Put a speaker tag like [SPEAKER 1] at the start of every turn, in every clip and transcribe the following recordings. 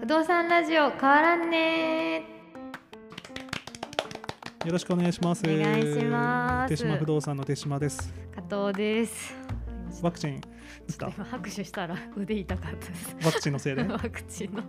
[SPEAKER 1] 不動産ラジオ変わらんね
[SPEAKER 2] よろしくお願いします。
[SPEAKER 1] お願いします
[SPEAKER 2] 手島不動産の手島です。
[SPEAKER 1] 加藤です
[SPEAKER 2] ワクチン打っ
[SPEAKER 1] ちょ
[SPEAKER 2] た
[SPEAKER 1] っと。今拍手したら腕痛かったです
[SPEAKER 2] ワクチンのせいで。
[SPEAKER 1] ワクチンの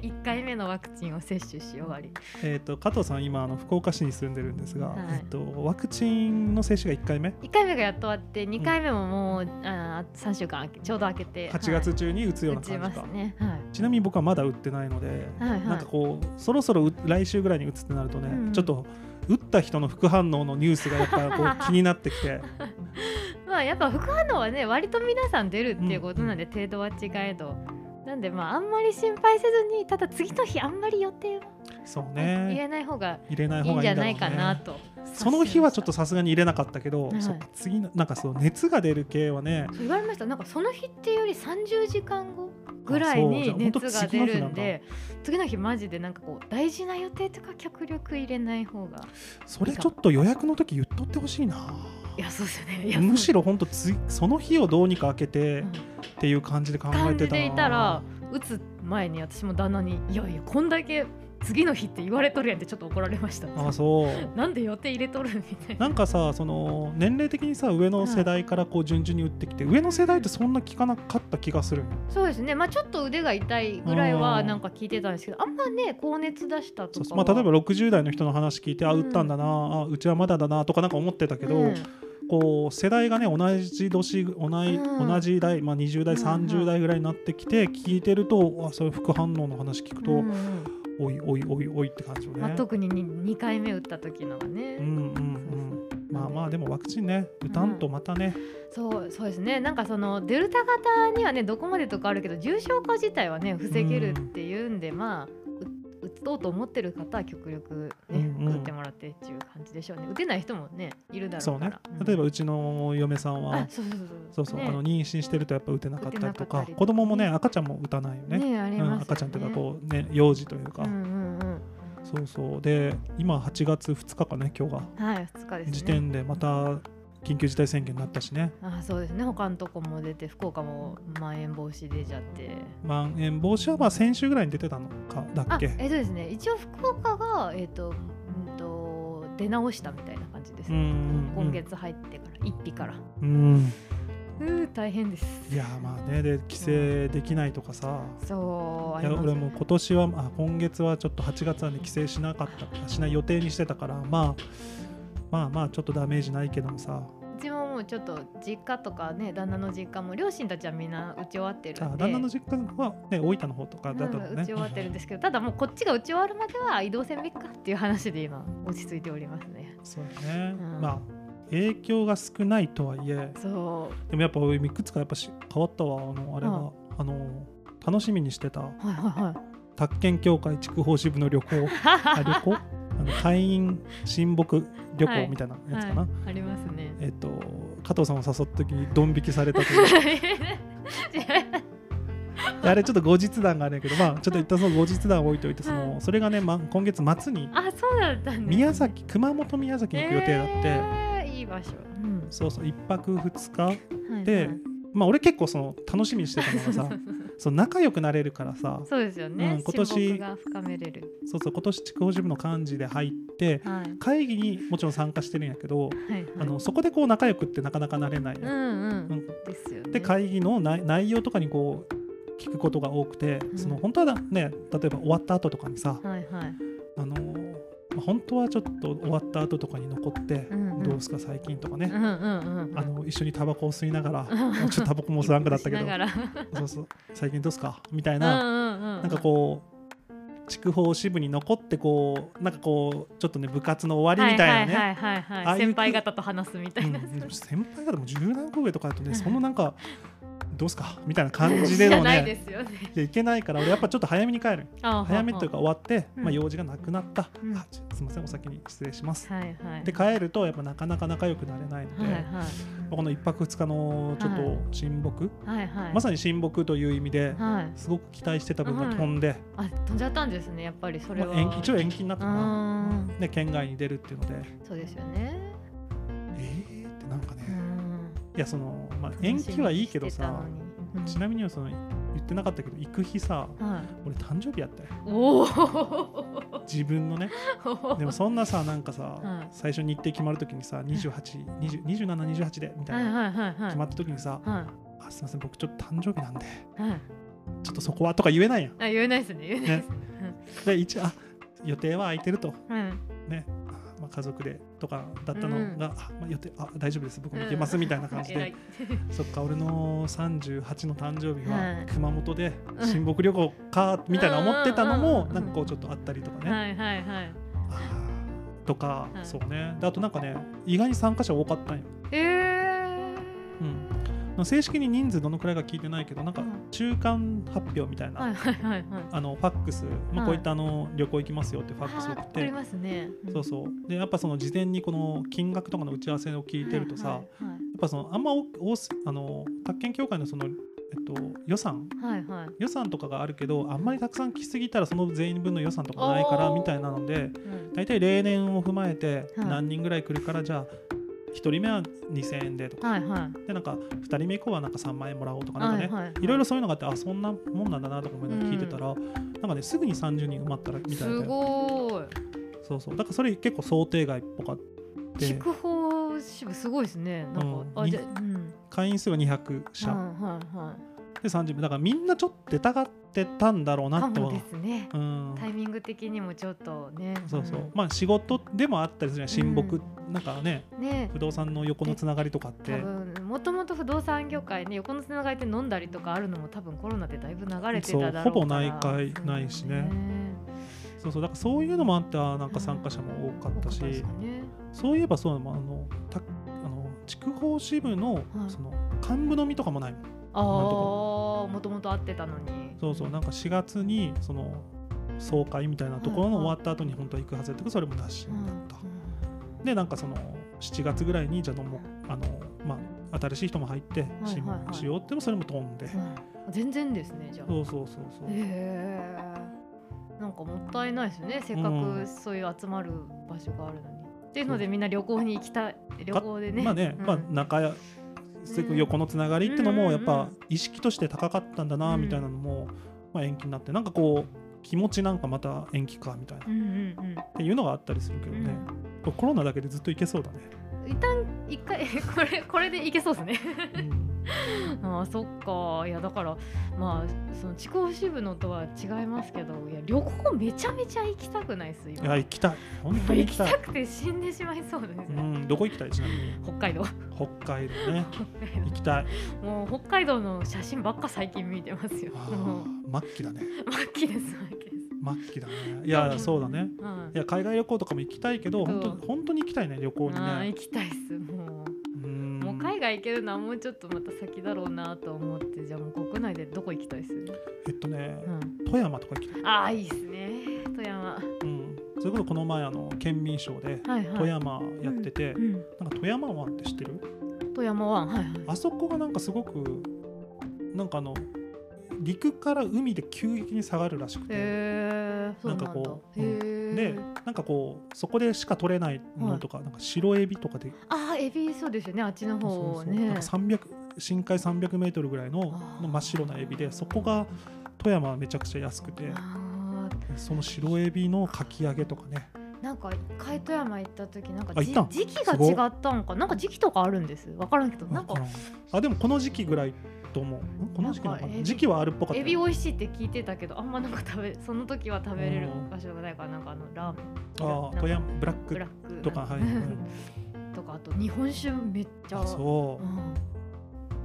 [SPEAKER 1] 1回目のワクチンを接種し終わり
[SPEAKER 2] えっと加藤さん今あの福岡市に住んでるんですが、
[SPEAKER 1] はい
[SPEAKER 2] えっとワクチンの接種が一回目、
[SPEAKER 1] 1回目がやっと終わって2回目ももう、あー3週間空けちょうど開けて
[SPEAKER 2] 8月中に打つよう
[SPEAKER 1] はい、打ち
[SPEAKER 2] な感
[SPEAKER 1] ま
[SPEAKER 2] じか
[SPEAKER 1] す。ねはい
[SPEAKER 2] ちなみに僕はまだ打ってないので、
[SPEAKER 1] はいはい
[SPEAKER 2] なんかこうそろそろ打来週ぐらいに打つってなるとね、
[SPEAKER 1] うん
[SPEAKER 2] ちょっと打った人の副反応のニュースがやっぱ こう気になってきて、
[SPEAKER 1] まあやっぱ副反応はね割と皆さん出るっていうことなんで、程度は違えどなんでまああんまり心配せずにただ次の日あんまり予定は
[SPEAKER 2] そう
[SPEAKER 1] 言
[SPEAKER 2] ね、
[SPEAKER 1] え ない方が
[SPEAKER 2] 入れない
[SPEAKER 1] いい
[SPEAKER 2] 方
[SPEAKER 1] ん
[SPEAKER 2] がい
[SPEAKER 1] じ
[SPEAKER 2] いん
[SPEAKER 1] ゃ
[SPEAKER 2] だろ
[SPEAKER 1] な
[SPEAKER 2] う
[SPEAKER 1] いかな
[SPEAKER 2] ね。
[SPEAKER 1] と、
[SPEAKER 2] その日はちょっとさすがに入れなかったけど、
[SPEAKER 1] はい
[SPEAKER 2] そう次のなんかそう熱が出る系はね、
[SPEAKER 1] 言われましたなんかその日っていうより30時間後ぐらい
[SPEAKER 2] あそうじゃ
[SPEAKER 1] に
[SPEAKER 2] あ
[SPEAKER 1] 熱が出る
[SPEAKER 2] ほ
[SPEAKER 1] ん
[SPEAKER 2] んと次の日なん
[SPEAKER 1] で次の日マジでなんかこう大事な予定とか極力入れない方が
[SPEAKER 2] それちょっと予約の時言っとってほしいない
[SPEAKER 1] やそうですよねいや
[SPEAKER 2] むし
[SPEAKER 1] ろ、
[SPEAKER 2] ろ本当ついその日をどうにか開けて
[SPEAKER 1] うん
[SPEAKER 2] っていう感じで考え
[SPEAKER 1] 感
[SPEAKER 2] て
[SPEAKER 1] じ
[SPEAKER 2] たな
[SPEAKER 1] でいたら打つ前に私も旦那にいやいやこんだけ次の日って言われとるやんってちょっと怒られました
[SPEAKER 2] ああそう
[SPEAKER 1] なんで予定入れとるみたいな
[SPEAKER 2] なんかさその年齢的にさ上の世代からこう順々に打ってきて、上の世代ってそんな効かなかった気がするんよ
[SPEAKER 1] そうですねまあちょっと腕が痛いぐらいは
[SPEAKER 2] うん
[SPEAKER 1] なんか聞いてたんですけどあんまね高熱出したと
[SPEAKER 2] そう
[SPEAKER 1] か
[SPEAKER 2] そう
[SPEAKER 1] は
[SPEAKER 2] まあ、例えば60代の人の話聞いて、あ
[SPEAKER 1] うん
[SPEAKER 2] 打ったんだなあうちはまだだなとかなんか思ってたけど、
[SPEAKER 1] うん
[SPEAKER 2] こう世代がね同じ年同い、
[SPEAKER 1] うん
[SPEAKER 2] 同じ代、まあ、20代
[SPEAKER 1] うん
[SPEAKER 2] 30代ぐらいになってきて聞いてるとあそういう副反応の話聞くと、
[SPEAKER 1] うんうん
[SPEAKER 2] おいおいおいおいって感じよね。
[SPEAKER 1] まあ、特に2回目打った時のがね、
[SPEAKER 2] うんうんうんまあまあでもワクチンね打たんとまたね、
[SPEAKER 1] そうそうですねなんかそのデルタ型にはねどこまでとかあるけど重症化自体はね防げるっていうんで、まあう打とうと思ってる方は極力、ね
[SPEAKER 2] うんうん
[SPEAKER 1] 打ってもらってっていう感じでしょうね打てない人もねいるだろ
[SPEAKER 2] そうう
[SPEAKER 1] か
[SPEAKER 2] ね
[SPEAKER 1] ら
[SPEAKER 2] 例えば
[SPEAKER 1] ば
[SPEAKER 2] うちの嫁さん
[SPEAKER 1] あ
[SPEAKER 2] は
[SPEAKER 1] そうそうそう
[SPEAKER 2] そうそう、
[SPEAKER 1] ね
[SPEAKER 2] あの妊娠してるとやっぱ打てなかったりと
[SPEAKER 1] 打てなかっ
[SPEAKER 2] か
[SPEAKER 1] たり
[SPEAKER 2] 子供もね赤ちゃんも打たないよね
[SPEAKER 1] ねあり
[SPEAKER 2] う
[SPEAKER 1] ますよね
[SPEAKER 2] ん、赤ちゃんというかこうね幼児というか、
[SPEAKER 1] うんうん
[SPEAKER 2] そうそうで今8月2日かね今日が、
[SPEAKER 1] うんはい2日ですね
[SPEAKER 2] 時点でまた緊急事態宣言になったしね
[SPEAKER 1] あそうですね他のとこも出て福岡もまん延防止出ちゃって
[SPEAKER 2] まん延防止はまあ先週ぐらいに出てたのかだ
[SPEAKER 1] あ
[SPEAKER 2] っけ
[SPEAKER 1] えっとですね一応福岡がえっ、とうんと出直したみたいな感じです
[SPEAKER 2] うんうんうん
[SPEAKER 1] 今月入ってから一日から
[SPEAKER 2] うん
[SPEAKER 1] うー大変です
[SPEAKER 2] いやまあねで帰省できないとかさ、
[SPEAKER 1] そうあ
[SPEAKER 2] いや
[SPEAKER 1] ります
[SPEAKER 2] 俺もう今年はあ今月はちょっと8月はね帰省しなかったしない予定にしてたからまあまあまあちょっとダメージないけどもさ
[SPEAKER 1] うちももうちょっと実家とかね旦那の実家も両親たちはみんな打ち終わって
[SPEAKER 2] じ
[SPEAKER 1] る
[SPEAKER 2] ゃあ
[SPEAKER 1] んで
[SPEAKER 2] 旦那の実家はね大分の方とかだった
[SPEAKER 1] う
[SPEAKER 2] の
[SPEAKER 1] ん
[SPEAKER 2] ね、
[SPEAKER 1] 打ち終わってるんですけどただもうこっちが打ち終わるまでは移動せんべきかっていう話で今落ち着いておりますね
[SPEAKER 2] そうね、
[SPEAKER 1] うん
[SPEAKER 2] まあ影響が少ないとはいえ
[SPEAKER 1] そ
[SPEAKER 2] でもやっぱ俺いくつかやっぱし変わったわあのあれが、
[SPEAKER 1] うん
[SPEAKER 2] あの楽しみにしてた
[SPEAKER 1] うはいはいはい
[SPEAKER 2] 宅建協会筑豊支部の旅 行あ旅行あの会員親睦旅行みたいなやつかな、
[SPEAKER 1] はい、ありますね
[SPEAKER 2] えっと加藤さんを誘った時にドン引きされたというであれちょっと後日談があるんやけど、まあ、ちょっと一旦その後日談を置いておいて、その、それがね、ま、今月末に。
[SPEAKER 1] あそうだったんですね
[SPEAKER 2] 宮崎、熊本、宮崎に行く予定だって。
[SPEAKER 1] えーいい場所、うん
[SPEAKER 2] そうそう、一泊二日。
[SPEAKER 1] はい
[SPEAKER 2] で
[SPEAKER 1] はい
[SPEAKER 2] まあ、俺結構その楽しみにしてたのがさ、その仲良くなれるからさ。
[SPEAKER 1] そうですよね、
[SPEAKER 2] うん今年
[SPEAKER 1] 親睦が深めれる
[SPEAKER 2] そうそう、今年筑豊支部の幹事で入って、
[SPEAKER 1] はい
[SPEAKER 2] 会議にもちろん参加してるんやけど。
[SPEAKER 1] はいはい
[SPEAKER 2] あの、そこでこう仲良くってなかなかなれないやん。
[SPEAKER 1] うんうん、
[SPEAKER 2] うん
[SPEAKER 1] ですよね
[SPEAKER 2] で会議の内内容とかにこう聞くことが多くて、
[SPEAKER 1] うん
[SPEAKER 2] その本当はだね例えば終わった後とかにさ、
[SPEAKER 1] はいはい
[SPEAKER 2] あのまあ本当はちょっと終わった後とかに残って、
[SPEAKER 1] うんうん
[SPEAKER 2] どうすか最近とかね
[SPEAKER 1] う、んうんうんうん
[SPEAKER 2] あの一緒にタバコを吸いながら、
[SPEAKER 1] うん
[SPEAKER 2] ちょっとタバコも吸わんくだったけ
[SPEAKER 1] し
[SPEAKER 2] ど
[SPEAKER 1] ながら
[SPEAKER 2] そうそう最近どうすかみたいな、
[SPEAKER 1] な
[SPEAKER 2] なんかこう筑豊支部に残ってこうなんかこうちょっとね部活の終わりみたいなね、
[SPEAKER 1] はいはいはいはい、
[SPEAKER 2] あ
[SPEAKER 1] は
[SPEAKER 2] あ
[SPEAKER 1] い、
[SPEAKER 2] いう
[SPEAKER 1] 先輩方と話すみたいな、
[SPEAKER 2] うんうん先輩方も十何個上とかだと
[SPEAKER 1] う
[SPEAKER 2] ね
[SPEAKER 1] ん
[SPEAKER 2] そのなんかどうすかみたいな感じで
[SPEAKER 1] じゃ
[SPEAKER 2] の
[SPEAKER 1] ないで
[SPEAKER 2] ね
[SPEAKER 1] すよね
[SPEAKER 2] いやいけないから俺やっぱちょっと早めに帰る
[SPEAKER 1] あ
[SPEAKER 2] 早めというか終わって、
[SPEAKER 1] うん
[SPEAKER 2] まあ、用事がなくなった、
[SPEAKER 1] うん
[SPEAKER 2] あちょすみませんお先に失礼します
[SPEAKER 1] はいはい
[SPEAKER 2] で帰るとやっぱなかなか仲良くなれないので、
[SPEAKER 1] はいは
[SPEAKER 2] まあこの1泊2日のちょっ
[SPEAKER 1] はい
[SPEAKER 2] と親睦、
[SPEAKER 1] いはいはい
[SPEAKER 2] まさに親睦という意味で
[SPEAKER 1] はい
[SPEAKER 2] すごく期待してた分が
[SPEAKER 1] はい
[SPEAKER 2] 飛んで、
[SPEAKER 1] あ飛んじゃったんですねやっぱりそれ
[SPEAKER 2] ま
[SPEAKER 1] は、
[SPEAKER 2] あ延期一応延期になったかな、
[SPEAKER 1] あ
[SPEAKER 2] で県外に出るっていうので
[SPEAKER 1] ーそうですよね
[SPEAKER 2] えーってなんかね、
[SPEAKER 1] うん
[SPEAKER 2] いやその、まあ、延期はいいけど
[SPEAKER 1] 楽
[SPEAKER 2] さ
[SPEAKER 1] しみにしてたのにうん
[SPEAKER 2] ちなみにその言ってなかったけど行く日さ
[SPEAKER 1] はい、
[SPEAKER 2] 俺誕生日 やったよ
[SPEAKER 1] おお
[SPEAKER 2] 自分のねでもそんなさなんかさ、
[SPEAKER 1] うん
[SPEAKER 2] 最初日程決まるときにさ282728でみた
[SPEAKER 1] はい
[SPEAKER 2] いな
[SPEAKER 1] はいはいはい
[SPEAKER 2] 決まったときにさ
[SPEAKER 1] は
[SPEAKER 2] 「あすいません僕ちょっと誕生日なんで
[SPEAKER 1] いはい
[SPEAKER 2] ちょっとそこは」とか言えないやん
[SPEAKER 1] あ言えないですね言えないですね
[SPEAKER 2] で一応あ予定は空いてると
[SPEAKER 1] うん
[SPEAKER 2] ねあまあ、家族でとかだったの
[SPEAKER 1] うん
[SPEAKER 2] が、あまあ、予定あ大丈夫です僕も行けます
[SPEAKER 1] うん
[SPEAKER 2] みたいな感じ
[SPEAKER 1] 偉
[SPEAKER 2] で
[SPEAKER 1] い、
[SPEAKER 2] そっか俺の38の誕生日
[SPEAKER 1] う
[SPEAKER 2] は
[SPEAKER 1] ん
[SPEAKER 2] 熊本で
[SPEAKER 1] うん
[SPEAKER 2] 親睦旅行かみたいな思ってたの
[SPEAKER 1] うんうん
[SPEAKER 2] も
[SPEAKER 1] うん
[SPEAKER 2] なんかこうちょっとあったりとかね、
[SPEAKER 1] はいはいはい
[SPEAKER 2] あーとか、
[SPEAKER 1] うん
[SPEAKER 2] そうねであとなんかね意外に参加者多かったんよ、
[SPEAKER 1] ええ
[SPEAKER 2] うん、まあ正式に人数どのくらいか聞いてないけどなんか
[SPEAKER 1] うん
[SPEAKER 2] 中間発表みたいな、
[SPEAKER 1] はいはいはいはい
[SPEAKER 2] あのファックス、
[SPEAKER 1] は
[SPEAKER 2] まあ、
[SPEAKER 1] い
[SPEAKER 2] こういったあの旅行行きますよってファックス
[SPEAKER 1] あ
[SPEAKER 2] 送
[SPEAKER 1] ー
[SPEAKER 2] っ
[SPEAKER 1] 送
[SPEAKER 2] て、
[SPEAKER 1] りますね
[SPEAKER 2] そう
[SPEAKER 1] うん
[SPEAKER 2] そうでやっぱその事前にこの金額とかの打ち合わせを聞いてるとさ、やっぱそのあんまおおすあの宅建協会のその、えっと、予算
[SPEAKER 1] はいはいはいはい
[SPEAKER 2] 予算とかがあるけどあんまりたくさん来すぎたらその全員分の予算とかないから
[SPEAKER 1] おー
[SPEAKER 2] みたいなので
[SPEAKER 1] うん
[SPEAKER 2] 大体例年を踏まえて
[SPEAKER 1] はい
[SPEAKER 2] 何人ぐらい来るからじゃあ1人目は2000円でとか
[SPEAKER 1] はいはい
[SPEAKER 2] でなんか2人目以降はなんか3万円もらおうとかなんか
[SPEAKER 1] はい
[SPEAKER 2] ね、
[SPEAKER 1] はいはい
[SPEAKER 2] いろいろそういうのがあってあそんなもんなんだなとか思いながら聞いてたら、なんかねすぐに30人埋まったらみたい
[SPEAKER 1] す
[SPEAKER 2] で
[SPEAKER 1] ごーい
[SPEAKER 2] そうそうだからそれ結構想定外っぽかった。
[SPEAKER 1] 筑豊支部すごいですねなんか
[SPEAKER 2] うん
[SPEAKER 1] あじゃあうん
[SPEAKER 2] 会員数が200社、
[SPEAKER 1] うんはいはい
[SPEAKER 2] で30名だからみんなちょっと出たがってたんだろうな
[SPEAKER 1] か
[SPEAKER 2] と
[SPEAKER 1] も
[SPEAKER 2] は
[SPEAKER 1] ですね
[SPEAKER 2] うん
[SPEAKER 1] タイミング的にもちょっとね
[SPEAKER 2] そうそう、
[SPEAKER 1] ん
[SPEAKER 2] まあ仕事でもあったりするじゃん親睦、なんかね
[SPEAKER 1] ね
[SPEAKER 2] 不動産の横のつながりとかっ
[SPEAKER 1] 多
[SPEAKER 2] て
[SPEAKER 1] 分もともと不動産業界ね横のつながりで飲んだりとかあるのも多分コロナでだいぶ流れてただろうから
[SPEAKER 2] そうほぼないかいないしねそうそうだからそういうのもあってあーなんか参加者も多
[SPEAKER 1] そ
[SPEAKER 2] か
[SPEAKER 1] う
[SPEAKER 2] っ
[SPEAKER 1] ね
[SPEAKER 2] たし、
[SPEAKER 1] 多かったですね
[SPEAKER 2] そういえばそうなのあのたあの筑豊支部の
[SPEAKER 1] はい
[SPEAKER 2] その幹部飲みとかもないの
[SPEAKER 1] ああもともと会ってたのに
[SPEAKER 2] そうそうなんか4月にその総会みたいなところの終わった後に本当は行くはずだったけどそれもなし
[SPEAKER 1] うん
[SPEAKER 2] になった、でなんかその7月ぐらいにじゃあどうもあの、まあ、新しい人も入って
[SPEAKER 1] はい
[SPEAKER 2] 新聞しようってもそれも飛んで、
[SPEAKER 1] うんうん全然ですねじゃあ
[SPEAKER 2] そうそうそうそう、
[SPEAKER 1] へえなんかもったいないですよねせっか
[SPEAKER 2] う
[SPEAKER 1] く
[SPEAKER 2] ん
[SPEAKER 1] そういう集まる場所があるのに、っていうのでみんな旅行に行きたい旅行でね
[SPEAKER 2] まあね、
[SPEAKER 1] うん
[SPEAKER 2] まあ仲やすぐ横のつながりってのもやっぱ意識として高かったんだな
[SPEAKER 1] うん
[SPEAKER 2] みたいなのも、まあ、延期になってなんかこう気持ちなんかまた延期かみたいなっ
[SPEAKER 1] うんうん
[SPEAKER 2] ていうのがあったりするけ
[SPEAKER 1] う
[SPEAKER 2] ど
[SPEAKER 1] ん、
[SPEAKER 2] ね、これコロナだけでずっといけそうだね、
[SPEAKER 1] うん、一旦一回 これこれでいけそうですね
[SPEAKER 2] うん
[SPEAKER 1] ああそっかいやだからまあその地方支部のとは違いますけどいや旅行めちゃめちゃ行きたくないです
[SPEAKER 2] いや
[SPEAKER 1] 今
[SPEAKER 2] 行きたい本当に
[SPEAKER 1] 行
[SPEAKER 2] 行
[SPEAKER 1] き
[SPEAKER 2] きた
[SPEAKER 1] た
[SPEAKER 2] い、
[SPEAKER 1] くて死んでしまいそうです
[SPEAKER 2] う
[SPEAKER 1] ね、
[SPEAKER 2] ん、どこ行きたいちなみに
[SPEAKER 1] 北海道
[SPEAKER 2] 北海道ね行きたい
[SPEAKER 1] もう北海道の写真ばっか最近見てますよ
[SPEAKER 2] あ
[SPEAKER 1] もう
[SPEAKER 2] ー末期だね
[SPEAKER 1] 末期です末期です
[SPEAKER 2] 末期だねいやそうだね
[SPEAKER 1] はい
[SPEAKER 2] いや海外旅行とかも行きたいけど本当
[SPEAKER 1] そ
[SPEAKER 2] に本当に行きたいね旅行に
[SPEAKER 1] あー
[SPEAKER 2] ね
[SPEAKER 1] 行きたいっすも
[SPEAKER 2] うん
[SPEAKER 1] うもう海外行けるのはもうちょっとまた先だろうなと思ってじゃあもう国内でどこ行きたいっす、
[SPEAKER 2] えっとね
[SPEAKER 1] うん、
[SPEAKER 2] 富山とか行きたい
[SPEAKER 1] ああいいっすね富山は
[SPEAKER 2] うん、それこそこの前あの県民賞で
[SPEAKER 1] いはい
[SPEAKER 2] 富山やってて、
[SPEAKER 1] うん、
[SPEAKER 2] なんか富山湾って知ってる
[SPEAKER 1] 富山湾はいはい
[SPEAKER 2] あそこがなんかすごくなんかあの陸から海で急激に下がるらしくて、
[SPEAKER 1] へえそうなんだ
[SPEAKER 2] なんかこう
[SPEAKER 1] へえ、
[SPEAKER 2] でなんかこうそこでしか取れないものとか,、なんか白エビとかで
[SPEAKER 1] ああエビそうですよねあっちの
[SPEAKER 2] そう
[SPEAKER 1] 方
[SPEAKER 2] そうなん
[SPEAKER 1] ね
[SPEAKER 2] か300深海3 0 0ルぐらいの
[SPEAKER 1] あー
[SPEAKER 2] 真っ白なエビでそこが富山はめちゃくちゃ安くて
[SPEAKER 1] あ
[SPEAKER 2] その白エビのかき揚げとかね
[SPEAKER 1] ーなんか一回富山行った時なんか
[SPEAKER 2] あ
[SPEAKER 1] じ
[SPEAKER 2] 行ったん
[SPEAKER 1] 時期が違ったんかなんか時期とかあるんですわからんけどなんか
[SPEAKER 2] わらあでもこの時期ぐらいと思うんこの時期なのか
[SPEAKER 1] なんかエ
[SPEAKER 2] な
[SPEAKER 1] ビ
[SPEAKER 2] 時期はあるっぽかった
[SPEAKER 1] エ
[SPEAKER 2] よ
[SPEAKER 1] ビ美味しいって聞いてたけどあんまなんか食べ その時は食べれる
[SPEAKER 2] うん
[SPEAKER 1] 場所がないからなんかあのラーメン
[SPEAKER 2] ああ富山ブラッ
[SPEAKER 1] ブ
[SPEAKER 2] ク
[SPEAKER 1] ラック
[SPEAKER 2] とかは いはい
[SPEAKER 1] とかあと日本酒めっちゃ
[SPEAKER 2] あそ
[SPEAKER 1] うん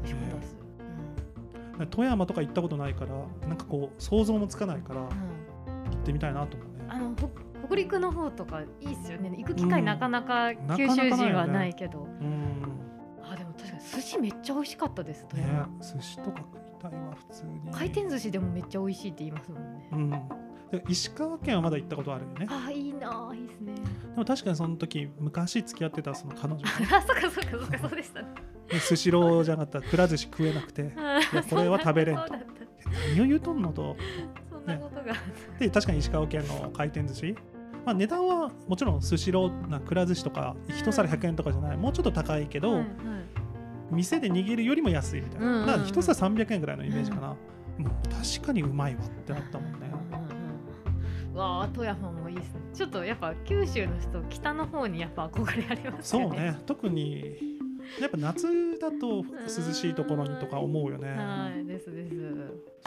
[SPEAKER 1] 美味しかったです、
[SPEAKER 2] う富山とか行ったことないからなんかこう想像もつかないから行
[SPEAKER 1] うん
[SPEAKER 2] ってみたいなと思うね
[SPEAKER 1] うんあのほ北陸の方とかいいっすよね行く機会
[SPEAKER 2] うん
[SPEAKER 1] なかなか
[SPEAKER 2] なかなかない
[SPEAKER 1] 九
[SPEAKER 2] よね
[SPEAKER 1] 州人はないけど、
[SPEAKER 2] うん
[SPEAKER 1] あでも確かに寿司めっちゃ美味しかったです富
[SPEAKER 2] ね
[SPEAKER 1] 山、
[SPEAKER 2] 寿司とか食いたいわ普通に
[SPEAKER 1] 回転寿司でもめっちゃ美味しいって言いますもんね、
[SPEAKER 2] うんで石川県はまだ行ったことあるよねで
[SPEAKER 1] ああいいなあいいですね
[SPEAKER 2] も確かにその時昔付き合ってたその彼女がね
[SPEAKER 1] あそっかそっかそっかそうでしたね
[SPEAKER 2] でスシローじゃなかったらくら寿司食えなくてやこれは食べれんと
[SPEAKER 1] そうだった
[SPEAKER 2] 何を言うとんのと
[SPEAKER 1] そんなことが、
[SPEAKER 2] で確かに石川県の回転寿司まあ値段はもちろんスシローなくら寿司とか一皿100円とかじゃないもうちょっと高いけど、
[SPEAKER 1] はいはい
[SPEAKER 2] 店で握るよりも安いみたいな、
[SPEAKER 1] うんうんうん
[SPEAKER 2] だから一皿300円ぐらいのイメージかな、うん確かにうまいわってなったもんね。
[SPEAKER 1] うんうんうんわあ富山もいいですねちょっとやっぱ九州の人北の方にやっぱ憧れあります
[SPEAKER 2] そ
[SPEAKER 1] よ
[SPEAKER 2] う
[SPEAKER 1] ね
[SPEAKER 2] ね特にやっぱ夏だと涼しいところにとか思うよ
[SPEAKER 1] は
[SPEAKER 2] ね。
[SPEAKER 1] いですです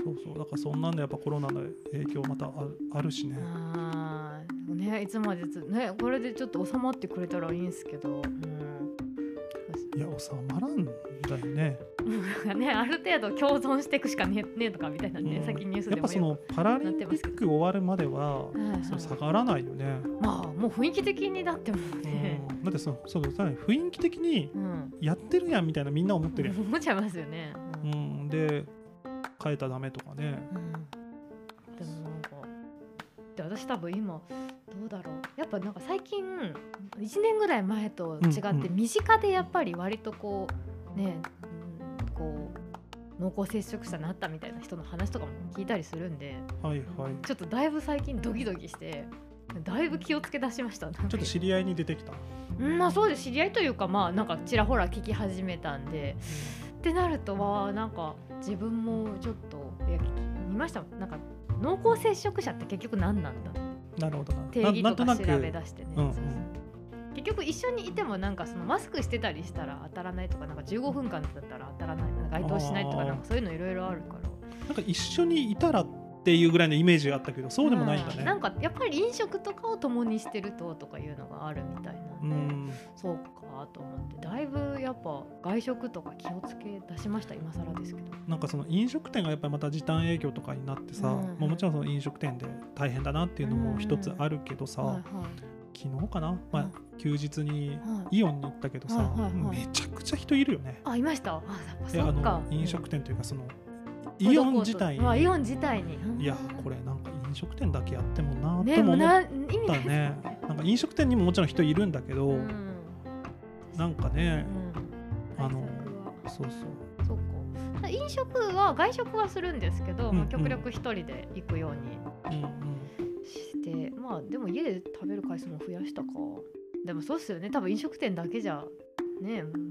[SPEAKER 2] そうそうだからそんなんでやっぱコロナの影響またあるあるしね。
[SPEAKER 1] あーねいつまでつねこれでちょっと収まってくれたらいいんですけど、うん、
[SPEAKER 2] いや収まらんだよね。
[SPEAKER 1] なん かねある程度共存していくしかねえねえとかみたいなね、
[SPEAKER 2] うん
[SPEAKER 1] さっきニュース
[SPEAKER 2] や
[SPEAKER 1] で
[SPEAKER 2] っ
[SPEAKER 1] も
[SPEAKER 2] ぱそのパラリンピ
[SPEAKER 1] なってます
[SPEAKER 2] ック終わるまでは
[SPEAKER 1] 言うはいはい
[SPEAKER 2] そう下がらないよ ね。
[SPEAKER 1] まあもう雰囲気的にだってもうね、
[SPEAKER 2] うんだってそそうだから雰囲気的に
[SPEAKER 1] うん、
[SPEAKER 2] やってるやんみたいなみんな思ってるやん。
[SPEAKER 1] 思っちゃいますよね。
[SPEAKER 2] う
[SPEAKER 1] うん
[SPEAKER 2] ん、で変えたらダメとかね。
[SPEAKER 1] でもなんかで私多分今どうだろうやっぱなんか最近1年ぐらい前と違って、
[SPEAKER 2] うんうん
[SPEAKER 1] 身近でやっぱり割とこうね、うん、こう濃厚接触者になったみたいな人の話とかも聞いたりするんで
[SPEAKER 2] はいはい。
[SPEAKER 1] ちょっとだいぶ最近ドキドキしてだいぶ気をつけ出しましたなんか
[SPEAKER 2] ちょっと知り合いに出てきた。
[SPEAKER 1] うんまあそうです知り合いというかまあなんかちらほら聞き始めたんでってなるとはなんか自分もちょっといや聞見ましたもんなんか濃厚接触者って結局何なんだ
[SPEAKER 2] なるほどな。
[SPEAKER 1] 定義
[SPEAKER 2] な
[SPEAKER 1] とか調べ出してね、
[SPEAKER 2] うんうん
[SPEAKER 1] そうそう結局一緒にいてもなんかそのマスクしてたりしたら当たらないとかなんか15分間だったら当たらないなんか該当しないと
[SPEAKER 2] あ
[SPEAKER 1] か
[SPEAKER 2] ー
[SPEAKER 1] なんかそういうのいろいろあるから
[SPEAKER 2] なんか一緒にいたらっていうぐらいのイメージがあったけどそうでもないんだ
[SPEAKER 1] うなん
[SPEAKER 2] ね。
[SPEAKER 1] かやっぱり飲食とかを共にしてるととかいうのがあるみたいな
[SPEAKER 2] うん
[SPEAKER 1] で、
[SPEAKER 2] ん
[SPEAKER 1] そうかと思ってだいぶやっぱ外食とか気をつけ出しました今更ですけど
[SPEAKER 2] なんかその飲食店がやっぱりまた時短営業とかになってさ、
[SPEAKER 1] うん
[SPEAKER 2] まあもちろんその飲食店で大変だなっていうのも一つあるけどさ、
[SPEAKER 1] はいはい
[SPEAKER 2] 昨日かな、まあ、休日に
[SPEAKER 1] はい
[SPEAKER 2] イオンに行ったけどさ、
[SPEAKER 1] はいはいはい
[SPEAKER 2] めちゃくちゃ人いるよね。
[SPEAKER 1] あいましたあやっぱ
[SPEAKER 2] であ
[SPEAKER 1] そっか
[SPEAKER 2] の飲食店というかそのイオン自体
[SPEAKER 1] あイ
[SPEAKER 2] に
[SPEAKER 1] オン自体に
[SPEAKER 2] いやこれなんか飲食店だけやってもなー
[SPEAKER 1] ね
[SPEAKER 2] とも
[SPEAKER 1] もう
[SPEAKER 2] 思
[SPEAKER 1] な
[SPEAKER 2] っ
[SPEAKER 1] 意味
[SPEAKER 2] た
[SPEAKER 1] ない
[SPEAKER 2] ねなんか飲食店にももちろん人いるんだけど、
[SPEAKER 1] うん
[SPEAKER 2] なんかね、
[SPEAKER 1] 対
[SPEAKER 2] あ
[SPEAKER 1] 策
[SPEAKER 2] の
[SPEAKER 1] は
[SPEAKER 2] そうそう
[SPEAKER 1] そうか飲食は外食はするんですけど、ま
[SPEAKER 2] う
[SPEAKER 1] あ、
[SPEAKER 2] ん
[SPEAKER 1] 極力一人で行くように
[SPEAKER 2] うんうん
[SPEAKER 1] して、まあでも家で食べる回数も増やしたかでもそうっすよね多分飲食店だけじゃね、うん
[SPEAKER 2] うん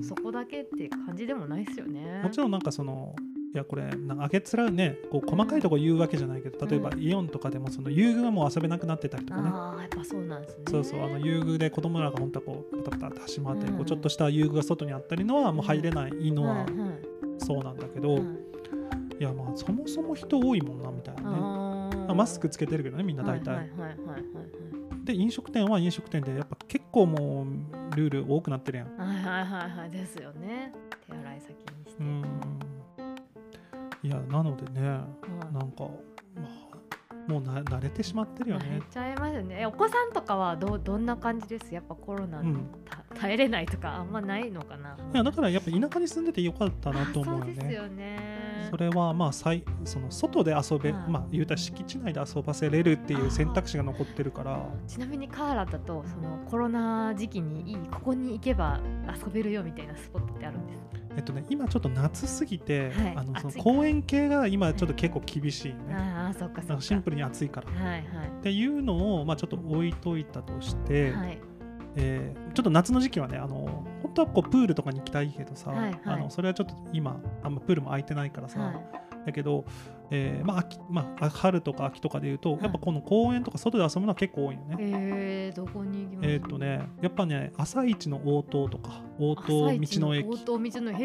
[SPEAKER 1] そこだけって感じでもないっすよね
[SPEAKER 2] もちろんなんかそのいやこれなんかあげつらうねこう細かいとこ言うわけじゃないけど例えば
[SPEAKER 1] う
[SPEAKER 2] イオンとかでもその遊具がもう遊べなくなってたりとかね
[SPEAKER 1] ああやっぱそうなんですね
[SPEAKER 2] そうそうあの遊具で子供らが本当はこうパタパタって走り回ってる
[SPEAKER 1] うん
[SPEAKER 2] こうちょっとした遊具が外にあったりのはもう入れないのは
[SPEAKER 1] うんうん
[SPEAKER 2] そうなんだけど
[SPEAKER 1] うん
[SPEAKER 2] いやまあそもそも人多いもんなみたいなね
[SPEAKER 1] あー
[SPEAKER 2] まあマスクつけてるけどねみんな大
[SPEAKER 1] はい
[SPEAKER 2] 体
[SPEAKER 1] はいはいはい
[SPEAKER 2] で飲食店は飲食店でやっぱ結構もうルール多くなってるやん
[SPEAKER 1] はいはいはいはいはいはいですよね手洗い先にして、
[SPEAKER 2] うんいやなのでね
[SPEAKER 1] はい
[SPEAKER 2] なんか、まあ、もうな慣れてしまってるよ
[SPEAKER 1] 慣れ
[SPEAKER 2] ね。
[SPEAKER 1] ちゃいますよねえお子さんとかはどうどんな感じですやっぱコロナ、
[SPEAKER 2] うん、
[SPEAKER 1] た耐えれないとかあんまないのかない
[SPEAKER 2] やだからやっぱ田舎に住んでてよかったなと思うよ
[SPEAKER 1] あそうです
[SPEAKER 2] ね。
[SPEAKER 1] よね
[SPEAKER 2] それはまあさいその外で遊べ、
[SPEAKER 1] はい
[SPEAKER 2] まあ言うたら敷地内で遊ばせれるっていう選択肢が残ってるから
[SPEAKER 1] ちなみにカーラだとそのコロナ時期にいいここに行けば遊べるよみたいなスポットってあるんです
[SPEAKER 2] えっとね今ちょっと夏すぎて、
[SPEAKER 1] はい
[SPEAKER 2] あのその
[SPEAKER 1] 暑い
[SPEAKER 2] 公園系が今ちょっと結構厳しいね、
[SPEAKER 1] ああそっかそ
[SPEAKER 2] な
[SPEAKER 1] っか
[SPEAKER 2] んかシンプルに暑いから。っ
[SPEAKER 1] はいは
[SPEAKER 2] ていうのを、まあ、ちょっと置いといたとし
[SPEAKER 1] い
[SPEAKER 2] て、
[SPEAKER 1] はい
[SPEAKER 2] えーちょっと夏の時期はねあの本当はこうプールとかに行きたいけどさ、
[SPEAKER 1] はいはい
[SPEAKER 2] あのそれはちょっと今あんまプールも空いてないからさ、
[SPEAKER 1] はい
[SPEAKER 2] だけど、えーまあ秋まあ、春とか秋とかでいうと、
[SPEAKER 1] い
[SPEAKER 2] やっぱこの公園とか外で遊ぶのは結構多いよね。
[SPEAKER 1] えー、どこに行きます
[SPEAKER 2] えーっとねやっぱね朝市の応答とか応答道の駅
[SPEAKER 1] 応答道のへ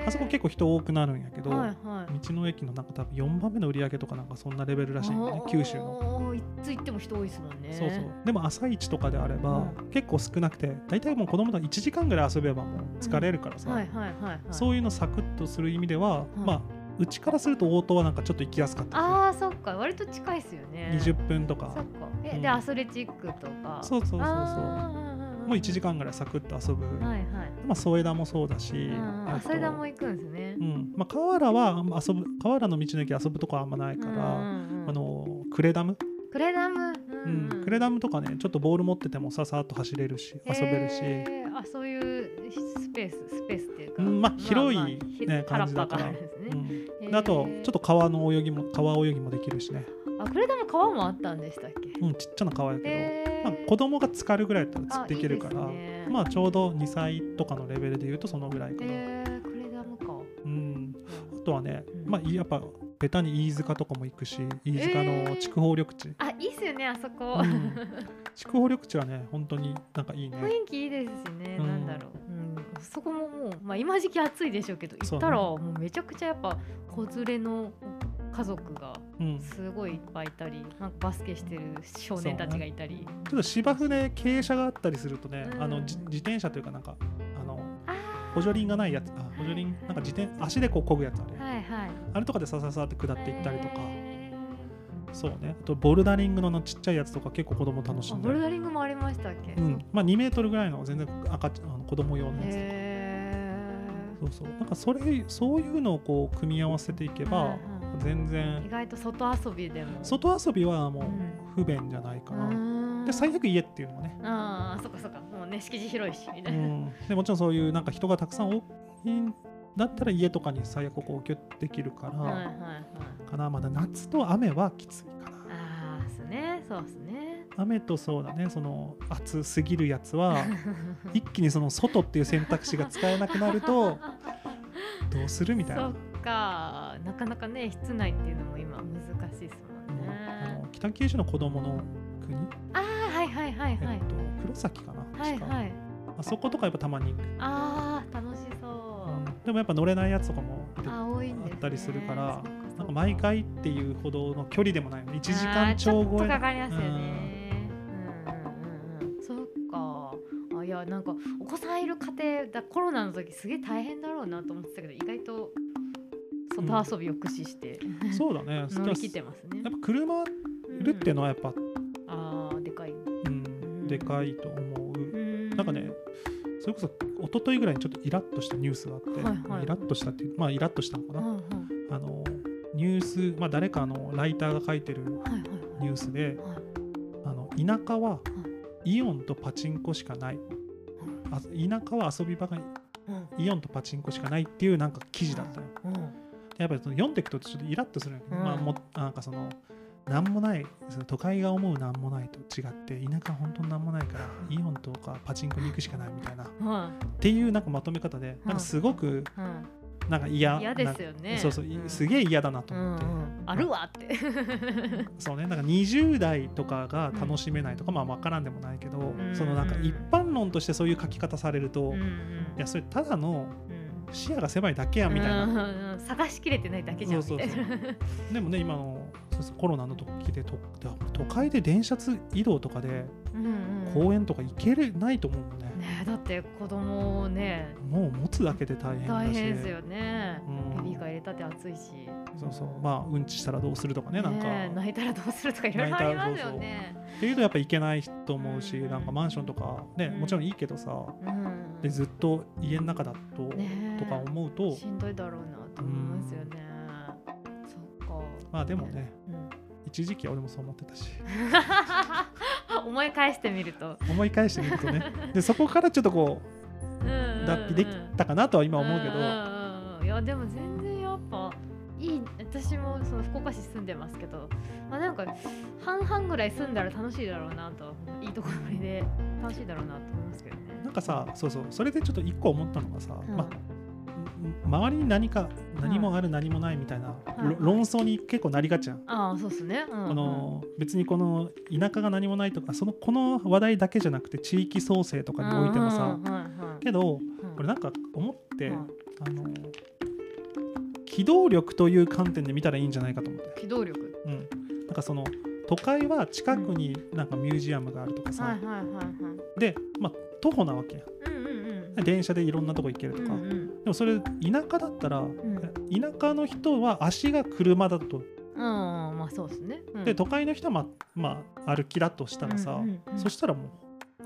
[SPEAKER 1] え
[SPEAKER 2] あそこ結構人多くなるんやけど、
[SPEAKER 1] はいはい
[SPEAKER 2] 道の駅のなんか多分4番目の売り上げとかなんかそんなレベルらしいんだね九州の。
[SPEAKER 1] のいつ行っても人多いですもんね
[SPEAKER 2] そうそうでも朝市とかであれば、結構少なくて大体もう子供と1時間ぐらい遊べばもう疲れるからさ、
[SPEAKER 1] はいはいはいはい
[SPEAKER 2] そういうのサクッとする意味では、まあうちからすると応答はなんかちょっと行きやすかったですね、
[SPEAKER 1] ああそっか割と近いですよね
[SPEAKER 2] 20分とか
[SPEAKER 1] そっかえ、
[SPEAKER 2] うん
[SPEAKER 1] でアスレチックとか
[SPEAKER 2] そううそうそうそうも
[SPEAKER 1] も
[SPEAKER 2] う1時間ぐらいサクッと遊ぶ、
[SPEAKER 1] はいはい
[SPEAKER 2] まあ添え田もそうだし、
[SPEAKER 1] うん
[SPEAKER 2] あ
[SPEAKER 1] あそ
[SPEAKER 2] と
[SPEAKER 1] れだも行くんですね
[SPEAKER 2] うんまあ、河原はあんま遊ぶ河原の道の駅遊ぶとこはあんまないから、
[SPEAKER 1] うんうんうん
[SPEAKER 2] あのクレダム、
[SPEAKER 1] クレダム
[SPEAKER 2] う
[SPEAKER 1] うん
[SPEAKER 2] クレダムとかねちょっとボール持っててもささっと走れるし遊べるし、
[SPEAKER 1] へーあそういうスペーススペースっていうか
[SPEAKER 2] うんまあ広い
[SPEAKER 1] ひ
[SPEAKER 2] ね
[SPEAKER 1] 原
[SPEAKER 2] 感
[SPEAKER 1] っ
[SPEAKER 2] じ
[SPEAKER 1] ぱ
[SPEAKER 2] だか
[SPEAKER 1] が
[SPEAKER 2] ら
[SPEAKER 1] あるんですね
[SPEAKER 2] うん
[SPEAKER 1] へ
[SPEAKER 2] で
[SPEAKER 1] ー
[SPEAKER 2] あとちょっと川の泳ぎも川泳ぎもできるしね、
[SPEAKER 1] あクレダム川もあったんでしたっけ
[SPEAKER 2] うん、ちっちゃな川やけど、
[SPEAKER 1] へー
[SPEAKER 2] まあ、子供が浸かるぐらいだったら釣
[SPEAKER 1] あ
[SPEAKER 2] っていけるから
[SPEAKER 1] いいですね
[SPEAKER 2] まあちょうど2歳とかのレベルで言うとそのぐらいかな、
[SPEAKER 1] えー、クレダムか。
[SPEAKER 2] うん、あとはね、
[SPEAKER 1] うん
[SPEAKER 2] まあ、やっぱベタに飯塚とかも行くし飯塚の筑豊緑地、
[SPEAKER 1] あいいっすよねあそこ、
[SPEAKER 2] うん筑豊緑地はね本当になんかいいね
[SPEAKER 1] 雰囲気いいですしね、
[SPEAKER 2] うん
[SPEAKER 1] なんだろう、うん、そこももう、まあ、今時期暑いでしょうけど行ったらも
[SPEAKER 2] そう
[SPEAKER 1] めちゃくちゃやっぱ子連れの家族が
[SPEAKER 2] うん、ち
[SPEAKER 1] すごいいっぱいいたりなんかバスケしてる少年たちがいたり、
[SPEAKER 2] ょっと芝生で傾斜があったりするとね、
[SPEAKER 1] うん
[SPEAKER 2] あのじ自転車というかなんかあの
[SPEAKER 1] あ
[SPEAKER 2] 補助輪がないやつあ補助輪なんか自転足でこう漕ぐやつあれ、
[SPEAKER 1] ーはいはい
[SPEAKER 2] あれとかでさささって下っていったりとか、
[SPEAKER 1] へ
[SPEAKER 2] そうねあとボルダリングのあのちっちゃいやつとか結構子供楽し
[SPEAKER 1] ーあ
[SPEAKER 2] んで
[SPEAKER 1] ボルダリングもありましたっけ、
[SPEAKER 2] うんまあ、2メートルぐらいの全然赤ちあの子供用のやつ、
[SPEAKER 1] へ
[SPEAKER 2] そうそうなんかそれそういうのをこう組み合わせていけ
[SPEAKER 1] ー
[SPEAKER 2] ば、
[SPEAKER 1] はいは
[SPEAKER 2] 全
[SPEAKER 1] い意
[SPEAKER 2] 然
[SPEAKER 1] 外と外遊びでも
[SPEAKER 2] 外遊びはもう
[SPEAKER 1] うん
[SPEAKER 2] 不便じゃないかな、
[SPEAKER 1] うん
[SPEAKER 2] で最悪家っていうのもね、
[SPEAKER 1] ああそっかそっかもうね敷地広いしみ
[SPEAKER 2] う
[SPEAKER 1] たいな、
[SPEAKER 2] ん、でもちろんそういうなんか人がたくさん多いんだったら家とかに最悪こうギュッできるから、
[SPEAKER 1] はいはいはい
[SPEAKER 2] かなまだ夏と雨はきついかな
[SPEAKER 1] ああっすねそうっすね
[SPEAKER 2] 雨とそうだねその暑すぎるや つは一気にその外っていう選択肢が使えなくな るとどうするみたい
[SPEAKER 1] そ
[SPEAKER 2] な
[SPEAKER 1] っ。かなかなかね室内っていうのも今難しいです
[SPEAKER 2] う
[SPEAKER 1] もん
[SPEAKER 2] んあ
[SPEAKER 1] ね
[SPEAKER 2] の北九州の子供の国、
[SPEAKER 1] ああはいはいはいは
[SPEAKER 2] え
[SPEAKER 1] い
[SPEAKER 2] っと、黒崎かな、
[SPEAKER 1] はい
[SPEAKER 2] 確か
[SPEAKER 1] はい
[SPEAKER 2] あそことかやっぱたまに行く、
[SPEAKER 1] ああ楽しそう
[SPEAKER 2] う、んでもやっぱ乗れないやつとかもいて
[SPEAKER 1] あ多いんです、ね、
[SPEAKER 2] あったりするから
[SPEAKER 1] そっそっ
[SPEAKER 2] なんか毎回っていうほどの距離でもないの1時
[SPEAKER 1] あ
[SPEAKER 2] 間
[SPEAKER 1] ー
[SPEAKER 2] 超
[SPEAKER 1] ちょ
[SPEAKER 2] 超
[SPEAKER 1] っと
[SPEAKER 2] え
[SPEAKER 1] かかりますよね。うんうんうんうん。そっか。あいやなんかお子さんいる家庭だコロナの時すげえ大変だろうなと思ってたけど意外と外遊びを駆使して
[SPEAKER 2] そうだね
[SPEAKER 1] 乗り切って
[SPEAKER 2] や
[SPEAKER 1] ますね。
[SPEAKER 2] っぱ車売るっていうのはやっぱ、
[SPEAKER 1] うんあーでかい。
[SPEAKER 2] うん
[SPEAKER 1] ん
[SPEAKER 2] でかいと思う
[SPEAKER 1] な
[SPEAKER 2] なんかねそれこそ一昨日ぐらいにちょっとイラッとしたニュースがあって、
[SPEAKER 1] はいはい
[SPEAKER 2] まあイラッとしたっていうまあイラッとしたのか
[SPEAKER 1] う
[SPEAKER 2] な、
[SPEAKER 1] んうん
[SPEAKER 2] あのニュース、まあ、誰かのライターが書いてる
[SPEAKER 1] はいはい
[SPEAKER 2] ニュースで
[SPEAKER 1] はいはい
[SPEAKER 2] あの田舎はイオンとパチンコしかないあ田舎は遊び場が
[SPEAKER 1] うん
[SPEAKER 2] イオンとパチンコしかないっていうなんか記事だったよ
[SPEAKER 1] うん
[SPEAKER 2] やっぱりその読んでいくとちょっとイラッとするんやけど、
[SPEAKER 1] うん
[SPEAKER 2] まあもなんかそのなんもないその都会が思うなんもないと違って田舎は本当になんもないからイオンとかパチンコに行くしかないみたいなっ
[SPEAKER 1] は
[SPEAKER 2] ていうなんかまとめ方でなんかすごく
[SPEAKER 1] いうん
[SPEAKER 2] なんか嫌
[SPEAKER 1] 嫌ですよね。
[SPEAKER 2] なんかそうそうい
[SPEAKER 1] ん
[SPEAKER 2] すげえ嫌だなと
[SPEAKER 1] う
[SPEAKER 2] 思
[SPEAKER 1] ん
[SPEAKER 2] っ
[SPEAKER 1] う
[SPEAKER 2] て、
[SPEAKER 1] んあるわって。
[SPEAKER 2] そうねなんか20代とかが楽しめないとか、まあ分からんでもないけど、
[SPEAKER 1] ん
[SPEAKER 2] そのなんか一般論としてそういう書き方される
[SPEAKER 1] う
[SPEAKER 2] と、
[SPEAKER 1] ん
[SPEAKER 2] い
[SPEAKER 1] うん
[SPEAKER 2] やそれただの
[SPEAKER 1] うん
[SPEAKER 2] 視野が狭いだけやんみたいな、
[SPEAKER 1] うんうんうん探しきれてないだけじゃんみたいな
[SPEAKER 2] そうそでもね今のそうそうコロナの時でと都会で電車通移動とかで
[SPEAKER 1] うんうん
[SPEAKER 2] 公園とか行けれないと思うもんね、
[SPEAKER 1] ねえだって子供をね
[SPEAKER 2] もう持つだけで大変だし
[SPEAKER 1] 大変ですよね
[SPEAKER 2] うん
[SPEAKER 1] ベビーカー入れたって暑いし
[SPEAKER 2] そうそうまあうんちしたらどうするとかねなんか、
[SPEAKER 1] え泣いたらどうするとかいろいろありますよね
[SPEAKER 2] っていうとやっぱ行けないと思うし、
[SPEAKER 1] うん
[SPEAKER 2] なんかマンションとかねもちろんいいけどさ
[SPEAKER 1] うん
[SPEAKER 2] でずっと家の中だと、
[SPEAKER 1] ねえ
[SPEAKER 2] とか思うと
[SPEAKER 1] しんどいだろうなと思いますよねそっか
[SPEAKER 2] まあでもね
[SPEAKER 1] うん
[SPEAKER 2] 一時期は俺もそう思ってたし
[SPEAKER 1] 思い返してみると
[SPEAKER 2] 思い返してみるとね でそこからちょっとこう脱皮できたかなとは今思うけど、
[SPEAKER 1] んんうんうんいやでも全然やっぱいい私もその福岡市住んでますけど、まあ、なんか半々ぐらい住んだら楽しいだろうなといいところで楽しいだろうなと思いますけどね。
[SPEAKER 2] なんかさそうそうそれでちょっと一個思ったのがさ、
[SPEAKER 1] うん
[SPEAKER 2] まあんん周りに何か何もある何もないみたいな、ろ論争に結構なりがちやん。
[SPEAKER 1] ああそうですね。うんうん
[SPEAKER 2] この別にこの田舎が何もないとかそのこの話題だけじゃなくて地域創生とかにおいても
[SPEAKER 1] う
[SPEAKER 2] さ
[SPEAKER 1] んうんうん
[SPEAKER 2] けど
[SPEAKER 1] うん
[SPEAKER 2] 俺なんか思って、
[SPEAKER 1] うん
[SPEAKER 2] あの機動力という観点で見たらいいんじゃないかと思って、
[SPEAKER 1] 機動力
[SPEAKER 2] うん、なんかその都会は近くになんかミュージアムがあるとかさ、
[SPEAKER 1] はいはいはいはい。
[SPEAKER 2] で、まあ、徒歩なわけや
[SPEAKER 1] うんうんうん。
[SPEAKER 2] 電車でいろんなとこ行けるとか、
[SPEAKER 1] うんうん
[SPEAKER 2] でもそれ田舎だったら、田舎の人は足が車だと
[SPEAKER 1] うんうんまあそうですね。うん
[SPEAKER 2] で都会の人は、ままあ、歩きだとしたらさ、
[SPEAKER 1] うんうんうん
[SPEAKER 2] そしたらもう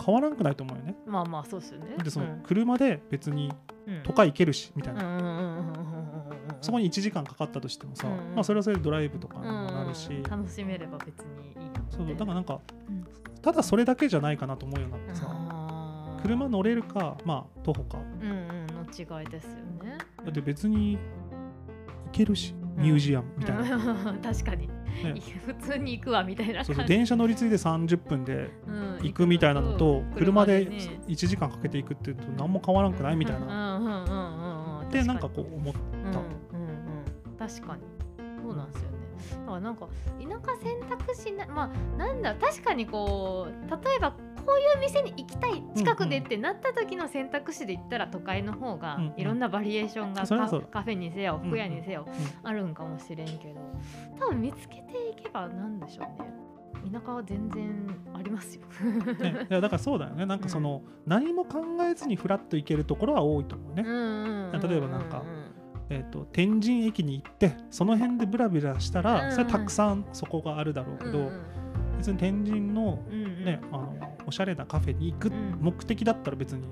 [SPEAKER 2] 変わらんくないと思うよね。
[SPEAKER 1] まあまあそうですよね。
[SPEAKER 2] でそうの
[SPEAKER 1] ん
[SPEAKER 2] 車で別に
[SPEAKER 1] うん
[SPEAKER 2] 都会行けるしみたい
[SPEAKER 1] うん
[SPEAKER 2] な、
[SPEAKER 1] うんうんうんうんうんうん
[SPEAKER 2] そこに1時間かかったとしてもさ、
[SPEAKER 1] うん
[SPEAKER 2] まあ、それはそれでドライブとかにも
[SPEAKER 1] うん
[SPEAKER 2] なるし、
[SPEAKER 1] 楽しめれば別にいいな
[SPEAKER 2] そうだからなんか、
[SPEAKER 1] うん
[SPEAKER 2] ただそれだけじゃないかなと思うようになってさ、
[SPEAKER 1] あー
[SPEAKER 2] 車乗れるかまあ徒歩か
[SPEAKER 1] うんうんの違いですよね
[SPEAKER 2] だって別に行けるしミュージアムみたいな、
[SPEAKER 1] うん 確かに、普通に行くわみたいな
[SPEAKER 2] そうそう
[SPEAKER 1] じ
[SPEAKER 2] 電車乗り継いで30分で
[SPEAKER 1] うん
[SPEAKER 2] 行くみたいなのと車で
[SPEAKER 1] ね
[SPEAKER 2] 1時間かけて行くっていうと何も変わらんくないみたいな
[SPEAKER 1] うんうんうんうんうん
[SPEAKER 2] で
[SPEAKER 1] 確
[SPEAKER 2] なんかこう思っ
[SPEAKER 1] に
[SPEAKER 2] た
[SPEAKER 1] うんうんうん確かにそうなんですよねだからなんか田舎選択肢なまあなんだ確かにこう例えばこういう店に行きたい近くでってなった時の選択肢で言ったら都会の方が
[SPEAKER 2] うんうん
[SPEAKER 1] いろんなバリエーションが
[SPEAKER 2] それは
[SPEAKER 1] カ
[SPEAKER 2] そうだ
[SPEAKER 1] カフェにせよ服屋にせよ
[SPEAKER 2] んうん
[SPEAKER 1] あるんかもしれんけど多分見つけていけばなんでしょうね田舎は全然ありますよ。
[SPEAKER 2] ね、いやだからそうだよねなんかその、何も考えずにフラッと行けるところは多いと思うね、例
[SPEAKER 1] 例
[SPEAKER 2] えばなんかえー、と天神駅に行ってその辺でブラブラしたら、
[SPEAKER 1] うんうん
[SPEAKER 2] それはたくさんそこがあるだろうけど、別に天神のね、あのおしゃれなカフェに行く
[SPEAKER 1] うん
[SPEAKER 2] 目的だったら別に